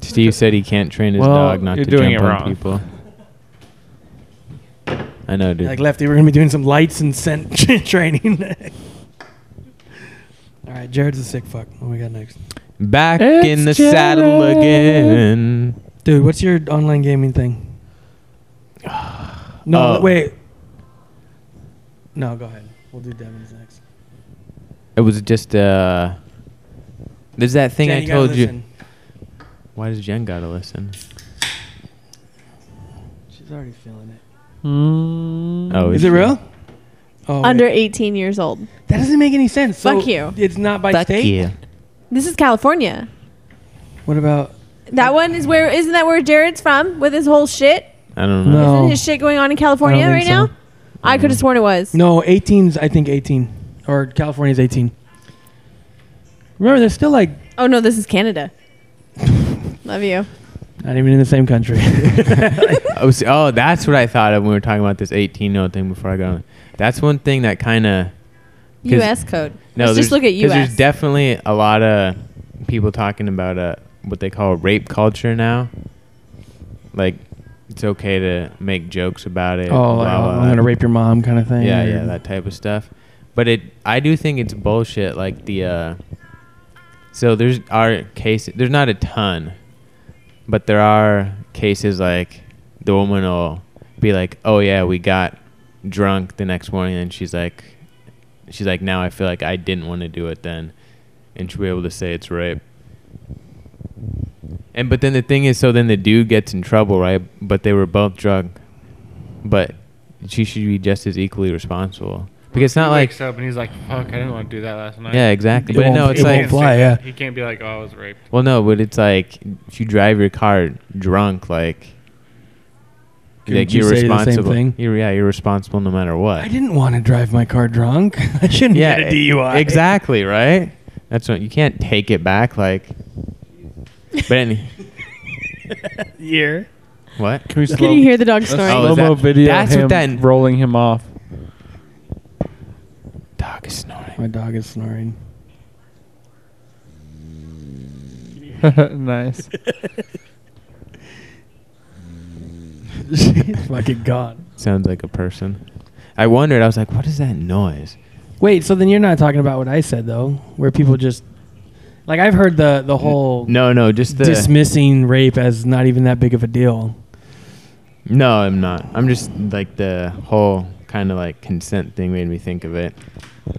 Speaker 4: Steve said he can't train his
Speaker 3: Well,
Speaker 4: dog not
Speaker 3: you're
Speaker 4: to
Speaker 3: doing
Speaker 4: jump
Speaker 3: it
Speaker 4: on
Speaker 3: wrong.
Speaker 4: people. I know, dude.
Speaker 1: Like Lefty, we're gonna be doing some lights and scent training. All right, Jared's a sick fuck. What we got next,
Speaker 4: Back
Speaker 3: It's
Speaker 4: in the
Speaker 3: Jared.
Speaker 4: saddle again.
Speaker 1: dude? What's your online gaming thing? No,
Speaker 4: Oh.
Speaker 1: wait. No, go ahead. We'll do Devin's next.
Speaker 4: It was just uh. There's that thing
Speaker 1: Jen,
Speaker 4: I
Speaker 1: gotta
Speaker 4: told you.
Speaker 1: listen.
Speaker 4: Why does Jen gotta listen?
Speaker 1: She's already feeling it.
Speaker 4: Oh,
Speaker 1: Is
Speaker 4: she-
Speaker 1: it real? Oh, wait.
Speaker 5: Under 18 years old.
Speaker 1: That doesn't make any sense. So
Speaker 5: Fuck you.
Speaker 1: It's not by
Speaker 4: Fuck
Speaker 1: state.
Speaker 4: you.
Speaker 5: This is California.
Speaker 1: What about?
Speaker 5: That one is where isn't that where Jared's from with his whole shit?
Speaker 4: I don't know.
Speaker 1: No.
Speaker 5: Isn't his shit going on in California
Speaker 1: Oh. I don't
Speaker 5: right
Speaker 1: think so.
Speaker 5: now? I could have sworn it was.
Speaker 1: No, 18's I think 18 or California's 18. Remember, they're still like
Speaker 5: Oh no, this is Canada. Love you.
Speaker 1: not even in the same country.
Speaker 4: Oh, see, oh, that's what I thought of when we were talking about this 18 note thing before I got on. That's one thing that kind of
Speaker 5: U.S. code.
Speaker 4: no.
Speaker 5: Let's just
Speaker 4: there's-
Speaker 5: look at
Speaker 4: 'cause
Speaker 5: U.S.
Speaker 4: There's definitely a lot of people talking about uh, what they call rape culture now. Like, it's okay to make jokes about it.
Speaker 1: oh, like,
Speaker 4: blah, blah,
Speaker 1: I'm
Speaker 4: blah.
Speaker 1: gonna rape your mom kind of thing.
Speaker 4: uh, Yeah,
Speaker 1: or-
Speaker 4: yeah, that type of stuff. But it, I do think it's bullshit. Like the, uh, so there's our cases. There's not a ton, but there are cases like the woman will be like, "Oh yeah, we got drunk the next morning," and she's like, she's like, "Now I feel like I didn't want to do it then," and she'll be able to say it's rape. And but then the thing is, so then the dude gets in trouble, right? But they were both drunk. But she should be just as equally responsible because it's not
Speaker 3: he
Speaker 4: like
Speaker 3: wakes up and he's like, "Fuck, I didn't want to do that last night."
Speaker 4: yeah, exactly.
Speaker 1: It
Speaker 4: But no,
Speaker 1: won't-
Speaker 4: it's
Speaker 1: it
Speaker 4: like
Speaker 1: won't fly, yeah.
Speaker 3: He can't be like, "Oh, I was raped."
Speaker 4: well, no, but it's like if you drive your car drunk, like
Speaker 1: Couldn't you say the same thing?
Speaker 4: You're, yeah, you're responsible no matter what.
Speaker 1: I didn't want to drive my car drunk. I shouldn't
Speaker 4: yeah,
Speaker 1: get a DUI.
Speaker 4: Exactly right. That's what you can't take it back. Like, but any,
Speaker 1: Year.
Speaker 4: what?
Speaker 3: Can we slow?
Speaker 5: Can you hear the dog snoring?
Speaker 4: Oh, is
Speaker 3: slow-mo
Speaker 4: that-
Speaker 3: video.
Speaker 4: that's
Speaker 3: That's
Speaker 4: what
Speaker 3: him
Speaker 4: that-
Speaker 3: rolling him off.
Speaker 4: Dog is snoring.
Speaker 1: My dog is snoring.
Speaker 3: nice.
Speaker 1: She's fucking gone.
Speaker 4: Sounds like a person. I wondered. I was like, what is that noise?
Speaker 1: Wait, so then you're not talking about what I said though, where people just like I've heard the the whole
Speaker 4: No, no, just the.
Speaker 1: dismissing rape as not even that big of a deal.
Speaker 4: no, I'm not. I'm just like the whole kind of like consent thing made me think of it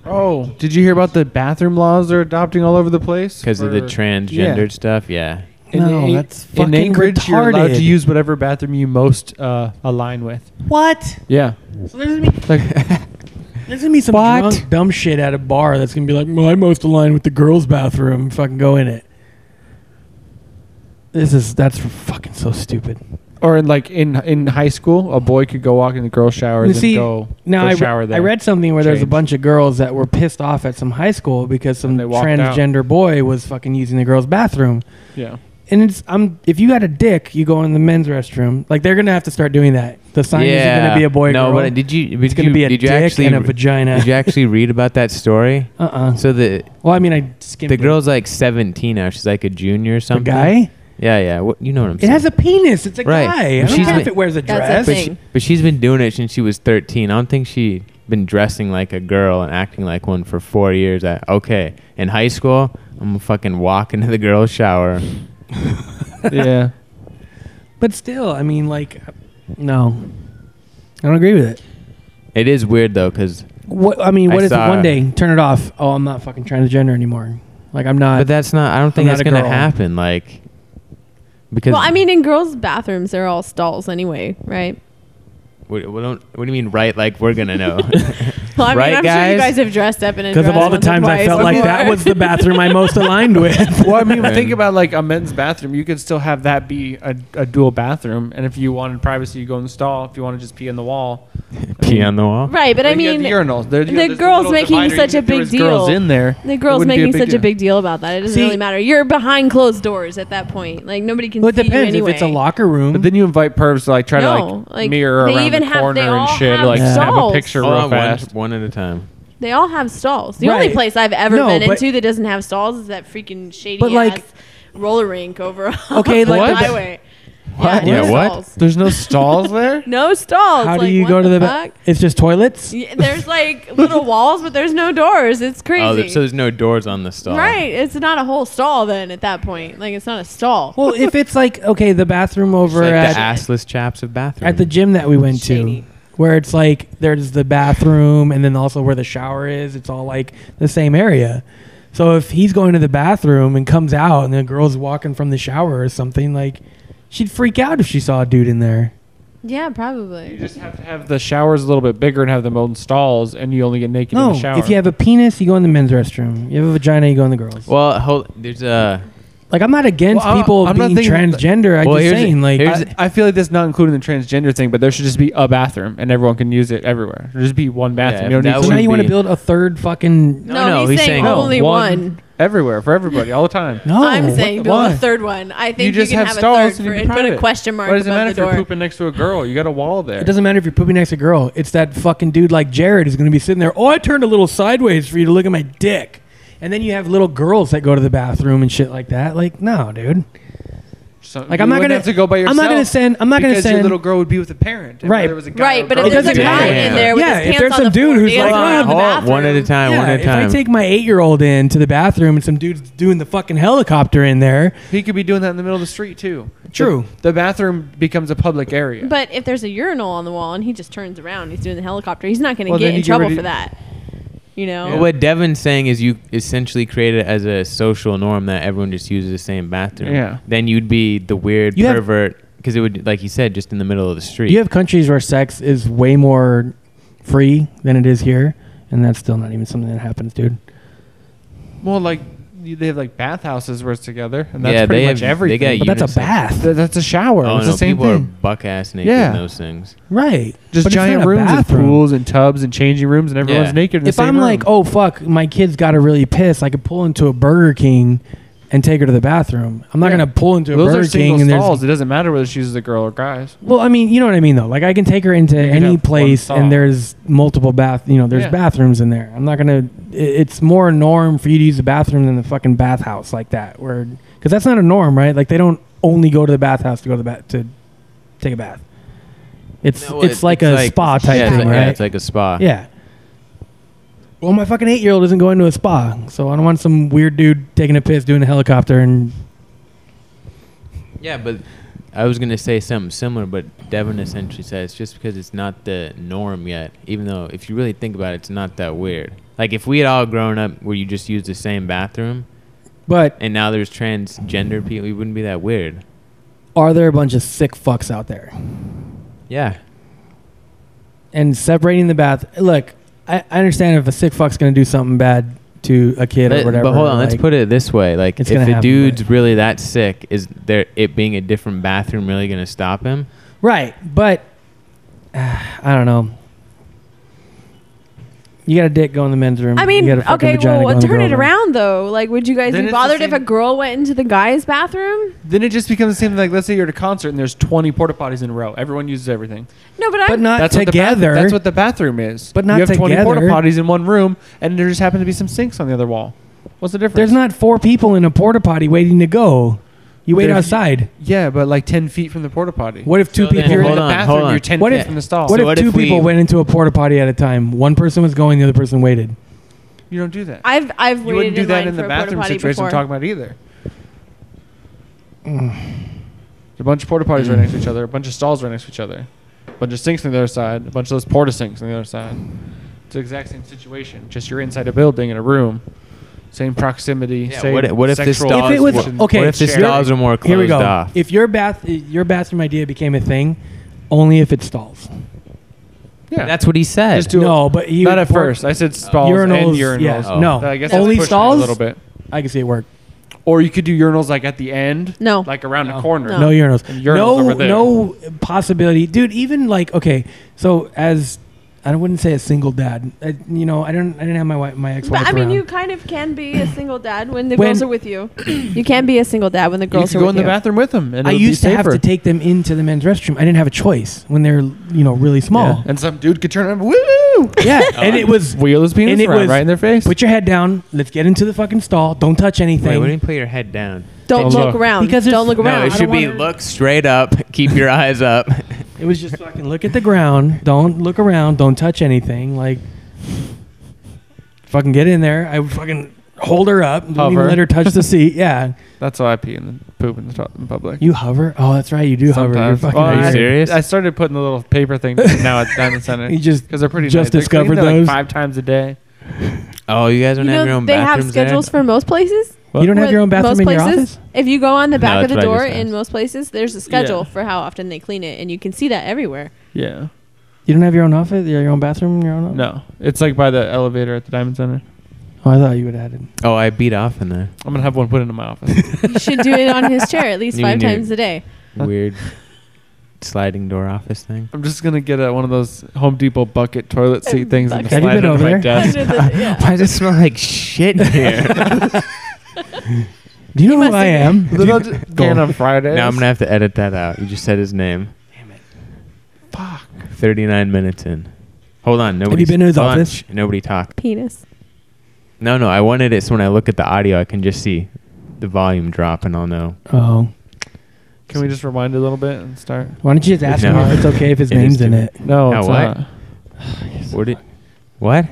Speaker 3: Oh, did you hear about the bathroom laws they're adopting all over the place?
Speaker 4: because of the
Speaker 3: For-
Speaker 4: transgendered stuff. Yeah.
Speaker 1: No,
Speaker 3: An-
Speaker 1: that's fucking
Speaker 3: in Anchorage, You're allowed
Speaker 1: retarded.
Speaker 3: to use whatever bathroom you most uh, align with.
Speaker 1: What?
Speaker 3: Yeah.
Speaker 1: So there's gonna be
Speaker 3: Like,
Speaker 1: there's gonna be some
Speaker 3: What?
Speaker 1: drunk dumb shit at a bar that's gonna be like, well, I most align with the girls' bathroom. Fucking go in it. This is that's fucking so stupid.
Speaker 3: or in like in in high school, a boy could go walk in the girls' shower
Speaker 1: You
Speaker 3: and
Speaker 1: see,
Speaker 3: then go,
Speaker 1: Now
Speaker 3: go
Speaker 1: I,
Speaker 3: shower there.
Speaker 1: I read something where there's a
Speaker 3: Change.
Speaker 1: bunch of girls that were pissed off at some high school because some
Speaker 3: And they walked out.
Speaker 1: transgender boy was fucking using the girls' bathroom.
Speaker 3: Yeah.
Speaker 1: And it's I'm if you got a dick, you go in the men's restroom. Like they're gonna have to start doing that. The sign isn't gonna be a boy.
Speaker 4: No,
Speaker 1: girl.
Speaker 4: but did you? Did
Speaker 1: it's gonna
Speaker 4: you,
Speaker 1: be a
Speaker 4: did
Speaker 1: dick
Speaker 4: you actually?
Speaker 1: and a vagina.
Speaker 4: did you actually read about that story?
Speaker 1: uh uh
Speaker 4: So the
Speaker 1: Well, I mean, I skimmed
Speaker 4: the
Speaker 1: it.
Speaker 4: girl's like 17 now. She's like a junior or
Speaker 1: the
Speaker 4: something.
Speaker 1: guy.
Speaker 4: Yeah, yeah. What you know what I'm
Speaker 1: It
Speaker 4: saying?
Speaker 1: has a penis. It's a
Speaker 4: Right.
Speaker 1: guy. I
Speaker 4: But
Speaker 1: don't
Speaker 4: she's
Speaker 1: care
Speaker 4: been-
Speaker 1: if it wears a
Speaker 5: That's a
Speaker 1: dress.
Speaker 4: but,
Speaker 5: thing.
Speaker 4: she, but she's been doing it since she was 13. I don't think she been dressing like a girl and acting like one for four years. I, okay, in high school, I'm gonna fucking walk into the girls' shower.
Speaker 3: yeah.
Speaker 1: But still, I mean, like, no, I don't agree with it.
Speaker 4: It is weird though, cause
Speaker 1: What I mean,
Speaker 4: I
Speaker 1: what is
Speaker 4: saw-
Speaker 1: it? One day, turn it off. Oh, I'm not fucking transgender anymore. Like I'm not.
Speaker 4: but that's not. I don't think
Speaker 1: I'm not
Speaker 4: that's
Speaker 1: a
Speaker 4: gonna
Speaker 1: girl.
Speaker 4: happen. Like because
Speaker 5: Well, I mean, in girls' bathrooms, they're all stalls anyway, right?
Speaker 4: we, we don't. What do you mean? Right? Like we're gonna know?
Speaker 5: Well, I
Speaker 4: Right,
Speaker 5: mean, I'm sure
Speaker 4: guys?
Speaker 5: you guys have dressed up in a
Speaker 1: because of
Speaker 5: dress
Speaker 1: all the
Speaker 5: once or
Speaker 1: times I
Speaker 5: twice
Speaker 1: felt like that
Speaker 5: before.
Speaker 1: was the bathroom I most aligned with.
Speaker 3: Well, I mean,
Speaker 4: And-
Speaker 3: think about like a men's bathroom. You could still have that be a, a dual bathroom, and if you wanted privacy, you go in the stall. If you want to just pee in the wall,
Speaker 4: Pee on the wall.
Speaker 5: right, but I
Speaker 3: Like, you
Speaker 5: mean,
Speaker 3: got the urinals. There-
Speaker 5: the
Speaker 3: there's a
Speaker 5: girls
Speaker 3: little
Speaker 5: making
Speaker 3: divider. Even
Speaker 5: such a
Speaker 3: if there
Speaker 5: big
Speaker 3: was Girls
Speaker 5: deal.
Speaker 3: in there.
Speaker 5: the
Speaker 3: it
Speaker 5: girls
Speaker 3: wouldn't be
Speaker 5: making such
Speaker 3: deal.
Speaker 5: a big deal about that. It doesn't
Speaker 1: See-
Speaker 5: really matter. You're behind closed doors at that point. Like nobody can
Speaker 1: well, it
Speaker 5: see you
Speaker 1: depends
Speaker 5: anyway.
Speaker 1: if it's a locker room.
Speaker 3: But then you invite pervs to like try to
Speaker 5: No,
Speaker 3: like,
Speaker 5: like,
Speaker 3: mirror
Speaker 5: they
Speaker 3: around
Speaker 5: even
Speaker 3: the
Speaker 5: have-
Speaker 3: corner
Speaker 5: they all
Speaker 3: and shit,
Speaker 5: have
Speaker 3: like snap a
Speaker 5: stalls.
Speaker 3: picture
Speaker 4: Hold
Speaker 3: real
Speaker 4: on, one,
Speaker 3: fast.
Speaker 4: one at a time.
Speaker 5: They all have stalls. The
Speaker 1: Right.
Speaker 5: only place I've ever
Speaker 1: No,
Speaker 5: been
Speaker 1: but-
Speaker 5: into that doesn't have stalls is that freaking shady
Speaker 1: But, like-
Speaker 5: ass roller rink over
Speaker 1: Okay,
Speaker 5: on the
Speaker 1: like the-
Speaker 5: highway.
Speaker 4: What?
Speaker 5: no
Speaker 4: Yeah, what?
Speaker 5: stalls.
Speaker 3: There's no stalls there.
Speaker 5: No stalls.
Speaker 1: How do
Speaker 5: Like,
Speaker 1: you
Speaker 5: what
Speaker 1: go to the?
Speaker 5: the
Speaker 1: ba-
Speaker 5: fuck?
Speaker 1: it's just toilets.
Speaker 5: Yeah, there's like little walls, but there's no doors. It's crazy.
Speaker 4: Oh, there- so there's no doors on the stall.
Speaker 5: Right. It's not a whole stall then at that point. Like it's not a stall.
Speaker 1: Well, if it's like okay, the bathroom
Speaker 4: It's
Speaker 1: over
Speaker 4: like
Speaker 1: at
Speaker 4: the assless chaps of bathroom.
Speaker 1: at the gym that we went to
Speaker 5: Shady.
Speaker 1: where it's like there's the bathroom and then also where the shower is it's all like the same area so if he's going to the bathroom and comes out and the girl's walking from the shower or something like she'd freak out if she saw a dude in there
Speaker 5: yeah,
Speaker 3: You
Speaker 5: probably.
Speaker 3: just have to have the showers a little bit bigger and have them own stalls, and you only get naked in
Speaker 1: no
Speaker 3: the shower.
Speaker 1: if you have a penis you go in the men's restroom you have a vagina you go in the girls
Speaker 4: Well, hold, there's a
Speaker 1: Like I'm not against
Speaker 3: Well, I-
Speaker 1: people
Speaker 3: I'm not
Speaker 1: being
Speaker 3: thinking-
Speaker 1: transgender. I'm
Speaker 4: Well,
Speaker 1: just
Speaker 4: here's the-
Speaker 1: saying, like,
Speaker 4: here's
Speaker 1: I-
Speaker 4: the-
Speaker 3: I feel like that's not including the transgender thing, but there should just be a bathroom and everyone can use it everywhere. There just be one bathroom.
Speaker 4: Yeah,
Speaker 3: you
Speaker 4: that
Speaker 3: don't
Speaker 1: so
Speaker 3: need
Speaker 1: now
Speaker 4: would
Speaker 1: you want to
Speaker 4: be-
Speaker 1: build a third fucking.
Speaker 4: No, no, he's saying
Speaker 3: no,
Speaker 5: only one.
Speaker 3: everywhere for everybody all the time.
Speaker 1: No,
Speaker 5: I'm
Speaker 1: what-
Speaker 5: saying build
Speaker 1: why?
Speaker 5: a third one. I think
Speaker 3: you
Speaker 5: you,
Speaker 3: just
Speaker 5: can
Speaker 3: have,
Speaker 5: have,
Speaker 3: stalls
Speaker 5: a
Speaker 3: and you
Speaker 5: third
Speaker 3: be
Speaker 5: for it. Put
Speaker 3: private.
Speaker 5: a question mark
Speaker 3: Why does it matter
Speaker 5: above
Speaker 3: if
Speaker 5: the
Speaker 3: you're
Speaker 5: door.
Speaker 3: pooping next to a girl? You got a wall there.
Speaker 1: It doesn't matter if you're pooping next to a girl. It's that fucking dude like Jared who's going to be sitting there. Oh, I turned a little sideways for you to look at my dick. And then you have little girls that go to the bathroom and shit like that. Like, no, dude.
Speaker 3: So
Speaker 1: Like,
Speaker 3: you
Speaker 1: I'm not
Speaker 3: wouldn't
Speaker 1: gonna-
Speaker 3: have to go by yourself.
Speaker 1: I'm not going to send. I'm not going to
Speaker 3: because your
Speaker 1: send.
Speaker 3: little girl would be with a parent. and
Speaker 1: Right.
Speaker 3: whether it was a guy or
Speaker 5: Right,
Speaker 3: a
Speaker 5: but
Speaker 3: girl,
Speaker 5: if
Speaker 1: It
Speaker 5: there's a
Speaker 1: doesn't
Speaker 5: guy
Speaker 4: matter.
Speaker 5: in there with
Speaker 1: Yeah,
Speaker 5: his
Speaker 1: if
Speaker 5: pants
Speaker 1: there's
Speaker 5: on
Speaker 1: some
Speaker 5: the
Speaker 1: dude
Speaker 5: floor
Speaker 1: who's
Speaker 5: dancing
Speaker 1: like,
Speaker 5: around
Speaker 1: "Oh,
Speaker 5: the
Speaker 4: Oh, one at a
Speaker 5: bathroom."
Speaker 4: time. one
Speaker 1: Yeah,
Speaker 4: at a
Speaker 1: if I
Speaker 4: time.
Speaker 1: take my eight year old in to the bathroom and some dude's doing the fucking helicopter in there,
Speaker 3: He could be doing that in the middle of the street too.
Speaker 1: True.
Speaker 3: The, the bathroom becomes a public area.
Speaker 5: But if there's a urinal on the wall and he just turns around, he's doing the helicopter. He's not going to
Speaker 3: Well, then
Speaker 5: get in
Speaker 3: you get
Speaker 5: trouble
Speaker 3: rid of-
Speaker 5: for that. You know.
Speaker 4: Well, What Devin's saying is you essentially create it as a social norm that everyone just uses the same bathroom.
Speaker 3: Yeah.
Speaker 4: Then you'd be the weird
Speaker 1: You have-
Speaker 4: pervert because it would, like you said, just in the middle of the street.
Speaker 1: you have countries where sex is way more free than it is here. And that's still not even something that happens, dude.
Speaker 3: well, like you- they have like bathhouses where it's together, and that's
Speaker 4: Yeah,
Speaker 3: pretty
Speaker 4: they
Speaker 3: much
Speaker 4: have- they
Speaker 3: everything.
Speaker 4: got
Speaker 1: But that's a
Speaker 4: Unisex.
Speaker 1: bath.
Speaker 3: Th- that's a shower.
Speaker 4: oh
Speaker 3: it's
Speaker 4: no,
Speaker 3: the same
Speaker 4: people are
Speaker 3: thing.
Speaker 4: buck ass naked
Speaker 3: Yeah.
Speaker 4: in those things.
Speaker 1: Right.
Speaker 3: Just
Speaker 1: But it's
Speaker 3: giant
Speaker 1: not a
Speaker 3: rooms with
Speaker 1: bathroom.
Speaker 3: pools and tubs and changing rooms, and everyone's
Speaker 4: Yeah.
Speaker 3: naked. In the
Speaker 1: If
Speaker 3: same
Speaker 1: I'm
Speaker 3: room.
Speaker 1: like, oh fuck, my kid's got to really piss, I could pull into a Burger King and take her to the bathroom. I'm not
Speaker 3: Yeah.
Speaker 1: gonna pull into a
Speaker 3: those are
Speaker 1: Burger
Speaker 3: single
Speaker 1: King and there's.
Speaker 3: stalls. It doesn't matter whether she uses a girl or guys.
Speaker 1: Well, I mean, you know what I mean though. Like I can take her into
Speaker 3: You could have
Speaker 1: any
Speaker 3: one
Speaker 1: place
Speaker 3: stall.
Speaker 1: and there's multiple bath. You know, there's
Speaker 3: Yeah.
Speaker 1: bathrooms in there. I'm not gonna. i- It's more a norm for you to use the bathroom than the fucking bathhouse like that, where because that's not a norm, right? Like they don't only go to the bathhouse to go to the bath to take a bath. It's
Speaker 4: No,
Speaker 1: it's
Speaker 4: it-
Speaker 1: like a spa type
Speaker 4: yeah, it's
Speaker 1: thing,
Speaker 4: like-
Speaker 1: right?
Speaker 4: Yeah, it's like a spa.
Speaker 1: Yeah. Well, my fucking eight year old isn't going to a spa, so I don't want some weird dude taking a piss doing a helicopter and
Speaker 4: Yeah, but I was gonna say something similar, but Devin essentially says just because it's not the norm yet, even though if you really think about it, it's not that weird. Like if we had all grown up where you just use the same bathroom,
Speaker 1: but
Speaker 4: and now there's transgender people, it wouldn't be that weird.
Speaker 1: are there a bunch of sick fucks out there?
Speaker 4: Yeah,
Speaker 1: And separating the bath look, I, I understand if a sick fuck's gonna do something bad to a kid
Speaker 4: but,
Speaker 1: or whatever.
Speaker 4: but hold on, let's
Speaker 1: like-
Speaker 4: put it this way: like
Speaker 1: It's
Speaker 4: if
Speaker 1: gonna
Speaker 4: a
Speaker 1: happen,
Speaker 4: dude's
Speaker 1: but-
Speaker 4: really that sick, is there it being a different bathroom really gonna stop him?
Speaker 1: Right, but I don't know. You got a dick go in the men's room.
Speaker 5: I mean,
Speaker 1: you got a fucking
Speaker 5: okay,
Speaker 1: vagina go in
Speaker 5: well,
Speaker 1: the
Speaker 5: turn
Speaker 1: girls'
Speaker 5: it
Speaker 1: room.
Speaker 5: around though. Like, would you guys
Speaker 3: Then
Speaker 5: be
Speaker 3: it's the
Speaker 5: bothered if a
Speaker 3: same-
Speaker 5: girl went into the guy's bathroom?
Speaker 3: Then it just becomes the same. Like let's say you're at a concert and there's 20 porta potties in a row. Everyone uses everything.
Speaker 5: No, but,
Speaker 1: But
Speaker 5: I'm.
Speaker 1: not
Speaker 3: That's What the
Speaker 1: together.
Speaker 3: bath- that's what the bathroom is.
Speaker 1: But not
Speaker 3: you have 20 porta
Speaker 1: together.
Speaker 3: potties in one room, and there just happen to be some sinks on the other wall. What's the difference?
Speaker 1: There's not four people in a porta potty waiting to go. You wait
Speaker 3: There's-
Speaker 1: outside.
Speaker 3: Yeah, but like 10 feet from the porta potty.
Speaker 1: What if two
Speaker 4: So
Speaker 1: people?
Speaker 4: then-
Speaker 3: If you're in
Speaker 4: Hold
Speaker 3: the
Speaker 4: on,
Speaker 3: bathroom,
Speaker 4: hold on.
Speaker 3: you're 10
Speaker 1: What
Speaker 3: feet
Speaker 1: if-
Speaker 3: from the stall.
Speaker 1: What
Speaker 4: So
Speaker 1: if
Speaker 4: what
Speaker 1: two
Speaker 4: if we-
Speaker 1: people went into a porta potty at a time? One person was going, the other person waited.
Speaker 3: you don't do that.
Speaker 5: I've I've
Speaker 3: you
Speaker 5: waited
Speaker 3: wouldn't do
Speaker 5: in
Speaker 3: that
Speaker 5: line
Speaker 3: in the
Speaker 5: for a porta
Speaker 3: bathroom
Speaker 5: potty
Speaker 3: situation
Speaker 5: before.
Speaker 3: I'm talking about either. There's a bunch of porta potties right next to each other, a bunch of stalls right next to each other, a bunch of sinks on the other side, a bunch of those porta sinks on the other side. It's the exact same situation. Just you're inside a building in a room, same proximity.
Speaker 4: Yeah,
Speaker 3: same
Speaker 4: what i- what if this
Speaker 3: sexual
Speaker 4: stall
Speaker 1: If it was-
Speaker 3: function.
Speaker 1: okay,
Speaker 4: what if the
Speaker 1: sharing.
Speaker 4: stalls are more closed
Speaker 1: Here we go.
Speaker 4: off?
Speaker 1: If your bath, your bathroom idea became a thing, only if it stalls.
Speaker 3: Yeah.
Speaker 4: That's what he said.
Speaker 3: Just do it.
Speaker 1: no, but you
Speaker 3: Not at first. I said stalls and
Speaker 1: urinals.
Speaker 3: urinals.
Speaker 1: yeah,
Speaker 4: Oh.
Speaker 1: no.
Speaker 3: I guess that's
Speaker 1: only
Speaker 3: pushing it
Speaker 1: stalls.
Speaker 3: a little bit.
Speaker 1: I can see it work.
Speaker 3: Or you could do urinals like at the end,
Speaker 5: No.
Speaker 3: like around
Speaker 1: No.
Speaker 3: a corner.
Speaker 5: Oh.
Speaker 1: No, urinals.
Speaker 3: And urinals
Speaker 1: no,
Speaker 3: over there.
Speaker 1: no possibility, dude. Even like okay, so as I wouldn't say a single dad. I, you know, I don't. I didn't have my wife, my ex-wife
Speaker 5: But I mean,
Speaker 1: around.
Speaker 5: you kind of can be a single dad when the
Speaker 1: When-
Speaker 5: girls are with you. you can be a single dad when the
Speaker 3: You
Speaker 5: girls
Speaker 3: could
Speaker 5: are
Speaker 3: go in
Speaker 5: with
Speaker 3: the
Speaker 5: you.
Speaker 3: bathroom with them. And
Speaker 1: I
Speaker 3: it would be
Speaker 1: used to have
Speaker 3: safer.
Speaker 1: to take them into the men's restroom. I didn't have a choice when they're you know really small.
Speaker 3: Yeah. And some dude could turn around, woo!
Speaker 1: Yeah, and it was
Speaker 3: Wheel his penis
Speaker 1: And it
Speaker 3: around
Speaker 1: was-
Speaker 3: right in their face.
Speaker 1: put your head down. Let's get into the fucking stall. Don't touch
Speaker 4: Wait,
Speaker 1: anything.
Speaker 4: why do you put your head down?
Speaker 5: Don't
Speaker 3: Don't
Speaker 5: look
Speaker 3: look.
Speaker 5: around.
Speaker 1: Because there's-
Speaker 5: don't look
Speaker 1: No,
Speaker 5: around.
Speaker 4: No,
Speaker 1: I
Speaker 4: it
Speaker 1: don't
Speaker 4: should be
Speaker 1: wanna-
Speaker 4: look straight up, keep your eyes up.
Speaker 1: it was just fucking look at the ground. Don't look around. Don't touch anything. Like fucking get in there. I would fucking hold her up. Don't even
Speaker 3: Hover.
Speaker 1: let her touch the seat. Yeah,
Speaker 3: That's how I pee and then poop in, the top, in public.
Speaker 1: you hover. Oh, that's right. You do hover. You're
Speaker 3: Sometimes.
Speaker 1: fucking.
Speaker 3: Well,
Speaker 4: Are you
Speaker 3: I-
Speaker 1: right.
Speaker 4: serious?
Speaker 3: I started putting the little paper thing now at Diamond Center
Speaker 1: You just
Speaker 3: because they're pretty.
Speaker 1: Just
Speaker 3: nice. They're cleaned,
Speaker 1: discovered
Speaker 3: they're, like,
Speaker 1: those?
Speaker 3: five times a day.
Speaker 4: Oh, you guys
Speaker 5: You
Speaker 4: don't have your
Speaker 5: know,
Speaker 4: own
Speaker 5: they have
Speaker 4: bathrooms there?
Speaker 5: schedules for most places.
Speaker 1: you don't have
Speaker 5: With
Speaker 1: your own bathroom
Speaker 5: most
Speaker 1: in your
Speaker 5: places,
Speaker 1: office.
Speaker 5: If you go on the back
Speaker 4: No,
Speaker 5: of the
Speaker 4: that's what I
Speaker 5: door
Speaker 4: just
Speaker 5: in
Speaker 4: asked.
Speaker 5: most places, there's a schedule
Speaker 3: Yeah.
Speaker 5: for how often they clean it, and you can see that everywhere.
Speaker 3: Yeah.
Speaker 1: You don't have your own office. Your own bathroom. Your own.
Speaker 3: No, it's like by the elevator at the Diamond Center.
Speaker 1: Oh, I thought you would add it.
Speaker 4: Oh, I beat off in there.
Speaker 3: I'm gonna have one put into my office.
Speaker 5: You should do it on his chair at least
Speaker 4: You
Speaker 5: five
Speaker 4: mean you-
Speaker 5: times a day.
Speaker 3: Huh?
Speaker 4: Weird sliding door office thing.
Speaker 3: I'm just gonna get uh one of those Home Depot bucket toilet seat things and
Speaker 5: Bucket.
Speaker 1: Have
Speaker 3: slide
Speaker 1: you been
Speaker 3: it
Speaker 1: over
Speaker 3: under my
Speaker 1: there?
Speaker 3: desk.
Speaker 5: Under the- yeah.
Speaker 4: Why does it smell like shit in here?
Speaker 1: Do you know who
Speaker 5: must
Speaker 1: I am?
Speaker 3: Then I'll just
Speaker 4: Go.
Speaker 3: go in on Fridays.
Speaker 4: now I'm gonna have to edit that out. You just said his name.
Speaker 3: Fuck.
Speaker 4: 39 minutes in. Hold on. Nobody.
Speaker 1: you been to his office?
Speaker 4: Nobody talk.
Speaker 5: Penis.
Speaker 4: No, no. I wanted it so when I look at the audio, I can just see the volume drop, and I'll know.
Speaker 1: Oh,
Speaker 3: Can we just rewind a little bit and start?
Speaker 1: why don't you just ask
Speaker 4: No.
Speaker 1: him if it's okay if his
Speaker 4: It is
Speaker 1: name's in
Speaker 4: too-
Speaker 1: it?
Speaker 3: No,
Speaker 4: Now
Speaker 3: it's
Speaker 4: what?
Speaker 3: not.
Speaker 4: What? Did, what?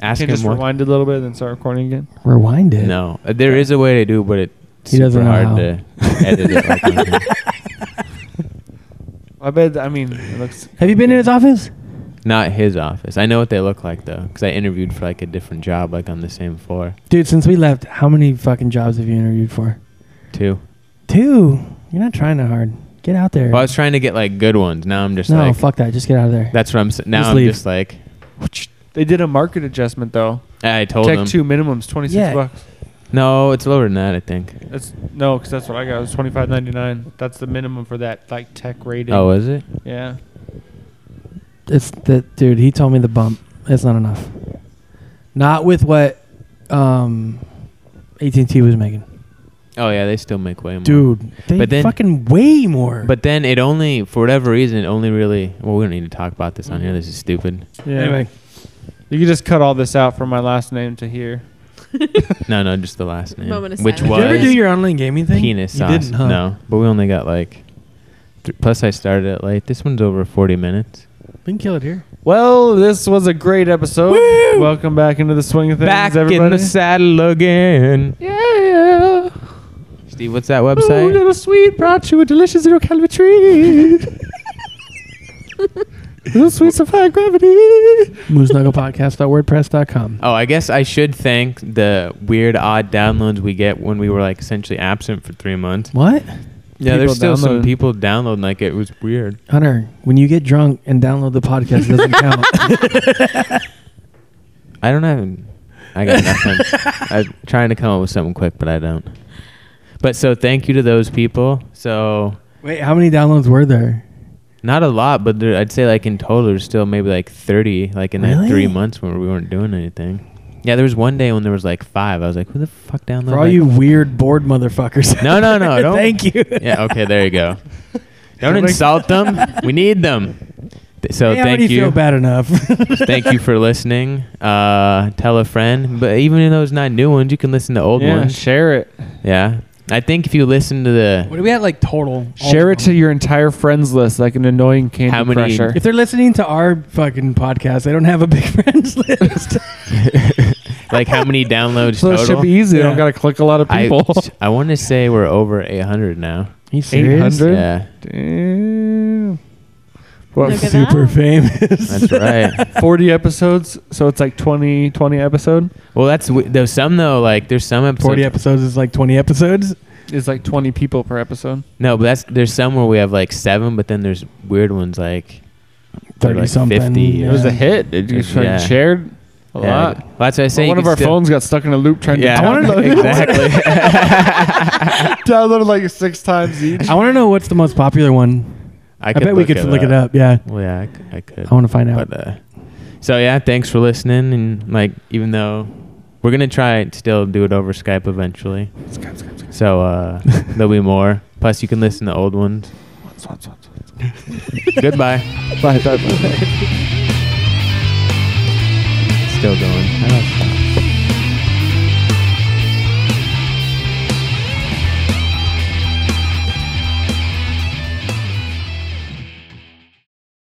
Speaker 4: Ask
Speaker 3: Can you
Speaker 4: him
Speaker 3: just
Speaker 4: what.
Speaker 3: rewind a little bit and then start recording again?
Speaker 1: Rewind it.
Speaker 4: No, Uh, there is a way to do, but it's
Speaker 1: He
Speaker 4: super
Speaker 1: doesn't know
Speaker 4: hard
Speaker 1: how.
Speaker 4: to edit it. Like on here.
Speaker 3: I bet. I mean, it looks.
Speaker 1: Have you been in his office?
Speaker 4: Not his office. I know what they look like though, because I interviewed for like a different job, like on the same floor
Speaker 1: Dude, since we left, how many fucking jobs have you interviewed for?
Speaker 4: too.
Speaker 1: Two. You're not trying that hard. Get out there.
Speaker 4: Well, I was trying to get like good ones. Now I'm just
Speaker 1: no,
Speaker 4: like,
Speaker 1: fuck that. Just get out of there.
Speaker 4: that's what I'm. s- Now
Speaker 1: Just
Speaker 4: I'm
Speaker 1: leave.
Speaker 4: just like,
Speaker 3: They did a market adjustment though.
Speaker 4: I told
Speaker 3: Tech
Speaker 4: him.
Speaker 3: two minimums twenty six
Speaker 1: Yeah.
Speaker 3: bucks.
Speaker 4: No, it's lower than that. I think.
Speaker 3: That's no, because that's what I got. It was twenty five ninety nine. That's the minimum for that like tech rating.
Speaker 4: Oh, is it?
Speaker 3: yeah.
Speaker 1: It's the dude. He told me the bump. It's not enough. Not with what um, AT and T was making,
Speaker 4: Oh yeah, they still make way more.
Speaker 1: dude. They
Speaker 4: But then-
Speaker 1: fucking way more.
Speaker 4: But then it only, for whatever reason, it only really. Well, we don't need to talk about this on
Speaker 1: Mm-hmm.
Speaker 4: here. This is stupid.
Speaker 3: Yeah. You could just cut all this out from my last name to here.
Speaker 4: No, no, just the last name,
Speaker 5: Moment of
Speaker 4: which
Speaker 1: did
Speaker 5: silence.
Speaker 1: you ever
Speaker 4: was
Speaker 1: do your online gaming thing?
Speaker 4: penis
Speaker 1: you
Speaker 4: sauce.
Speaker 1: Didn't, huh?
Speaker 4: No, but we only got like. Th- plus, I started it late. This one's over forty minutes.
Speaker 1: we can kill it here.
Speaker 3: Well, this was a great episode. Welcome back into the swing of things,
Speaker 4: Back
Speaker 3: everybody.
Speaker 4: in the saddle again.
Speaker 3: yeah.
Speaker 4: Steve, what's that
Speaker 3: Ooh,
Speaker 4: website?
Speaker 3: little sweet brought you a delicious little kind of a treat. little sweet survived gravity.
Speaker 1: Moosnugglepodcast.wordpress.com.
Speaker 4: Oh, I guess I should thank the weird, odd downloads we get when we were like essentially absent for three months.
Speaker 1: What,
Speaker 4: Yeah, there's
Speaker 3: People
Speaker 4: still some
Speaker 3: downloading.
Speaker 4: people downloading like it was weird.
Speaker 1: Hunter? When you get drunk and download the podcast, it doesn't count.
Speaker 4: I don't have. I got nothing. I'm trying to come up with something quick, but I don't. But so thank you to those people. So
Speaker 1: Wait, how many downloads were there?
Speaker 4: not a lot, but there, I'd say like in total, there's still maybe like 30, like in that
Speaker 1: Really?
Speaker 4: three months when we weren't doing anything. Yeah, there was one day when there was like five. I was like, who the fuck downloaded?
Speaker 1: For all
Speaker 4: like-
Speaker 1: you weird bored motherfuckers.
Speaker 4: No, no, no, don't-
Speaker 1: Thank you.
Speaker 4: Yeah. Okay. There you go. Don't insult them. We need them. Th- So
Speaker 1: They
Speaker 4: thank
Speaker 1: already
Speaker 4: you.
Speaker 1: Feel bad enough.
Speaker 4: thank you for listening. Uh, tell a friend. But even in those not new ones, you can listen to old
Speaker 3: yeah,
Speaker 4: ones.
Speaker 3: share it.
Speaker 4: Yeah. I think if you listen to
Speaker 1: What
Speaker 4: the
Speaker 1: do we have like total?
Speaker 3: Share it to your entire friends list like an annoying candy
Speaker 4: How many-
Speaker 3: crusher.
Speaker 1: If they're listening to our fucking podcast, they don't have a big friends list.
Speaker 4: like how many downloads
Speaker 3: so it should
Speaker 4: total,
Speaker 3: be easy. I don't
Speaker 1: Yeah.
Speaker 3: got to click a lot of
Speaker 4: I
Speaker 3: people.
Speaker 4: I want to say we're over 800 now.
Speaker 1: you
Speaker 3: serious? Dude.
Speaker 4: Yeah,
Speaker 3: Damn. What,
Speaker 5: Look at
Speaker 1: Super
Speaker 5: that.
Speaker 1: famous.
Speaker 4: that's right.
Speaker 3: 40 episodes? So it's like 20, 20 episode?
Speaker 4: Well, that's w- there's some though. Like there's some episodes.
Speaker 1: Forty episodes is like twenty episodes.
Speaker 3: It's like 20 people per episode.
Speaker 4: No, but that's there's some where we have like seven, but then there's weird ones like
Speaker 1: Thirty
Speaker 4: like
Speaker 1: something.
Speaker 4: 50. It
Speaker 3: It was
Speaker 1: yeah.
Speaker 3: a hit. It just
Speaker 4: Yeah.
Speaker 3: shared a
Speaker 4: yeah.
Speaker 3: lot.
Speaker 4: Well, that's what I say.
Speaker 3: Well,
Speaker 4: you
Speaker 3: one of
Speaker 4: can
Speaker 3: our
Speaker 4: still-
Speaker 3: phones got stuck in a loop trying
Speaker 4: Yeah,
Speaker 3: to download.
Speaker 4: exactly.
Speaker 3: downloaded like six times each.
Speaker 1: I want to know what's the most popular one.
Speaker 4: I,
Speaker 1: I,
Speaker 4: could
Speaker 1: bet we could look it up. Oh, Yeah,
Speaker 4: Well, yeah, I, c- I could.
Speaker 1: I want to find out.
Speaker 4: But uh, so yeah, thanks for listening. And like, even though we're gonna try and still do it over Skype eventually, so uh, there'll be more. Plus, you can listen to old ones. Goodbye.
Speaker 3: Bye, bye, bye.
Speaker 4: Still going. I don't know.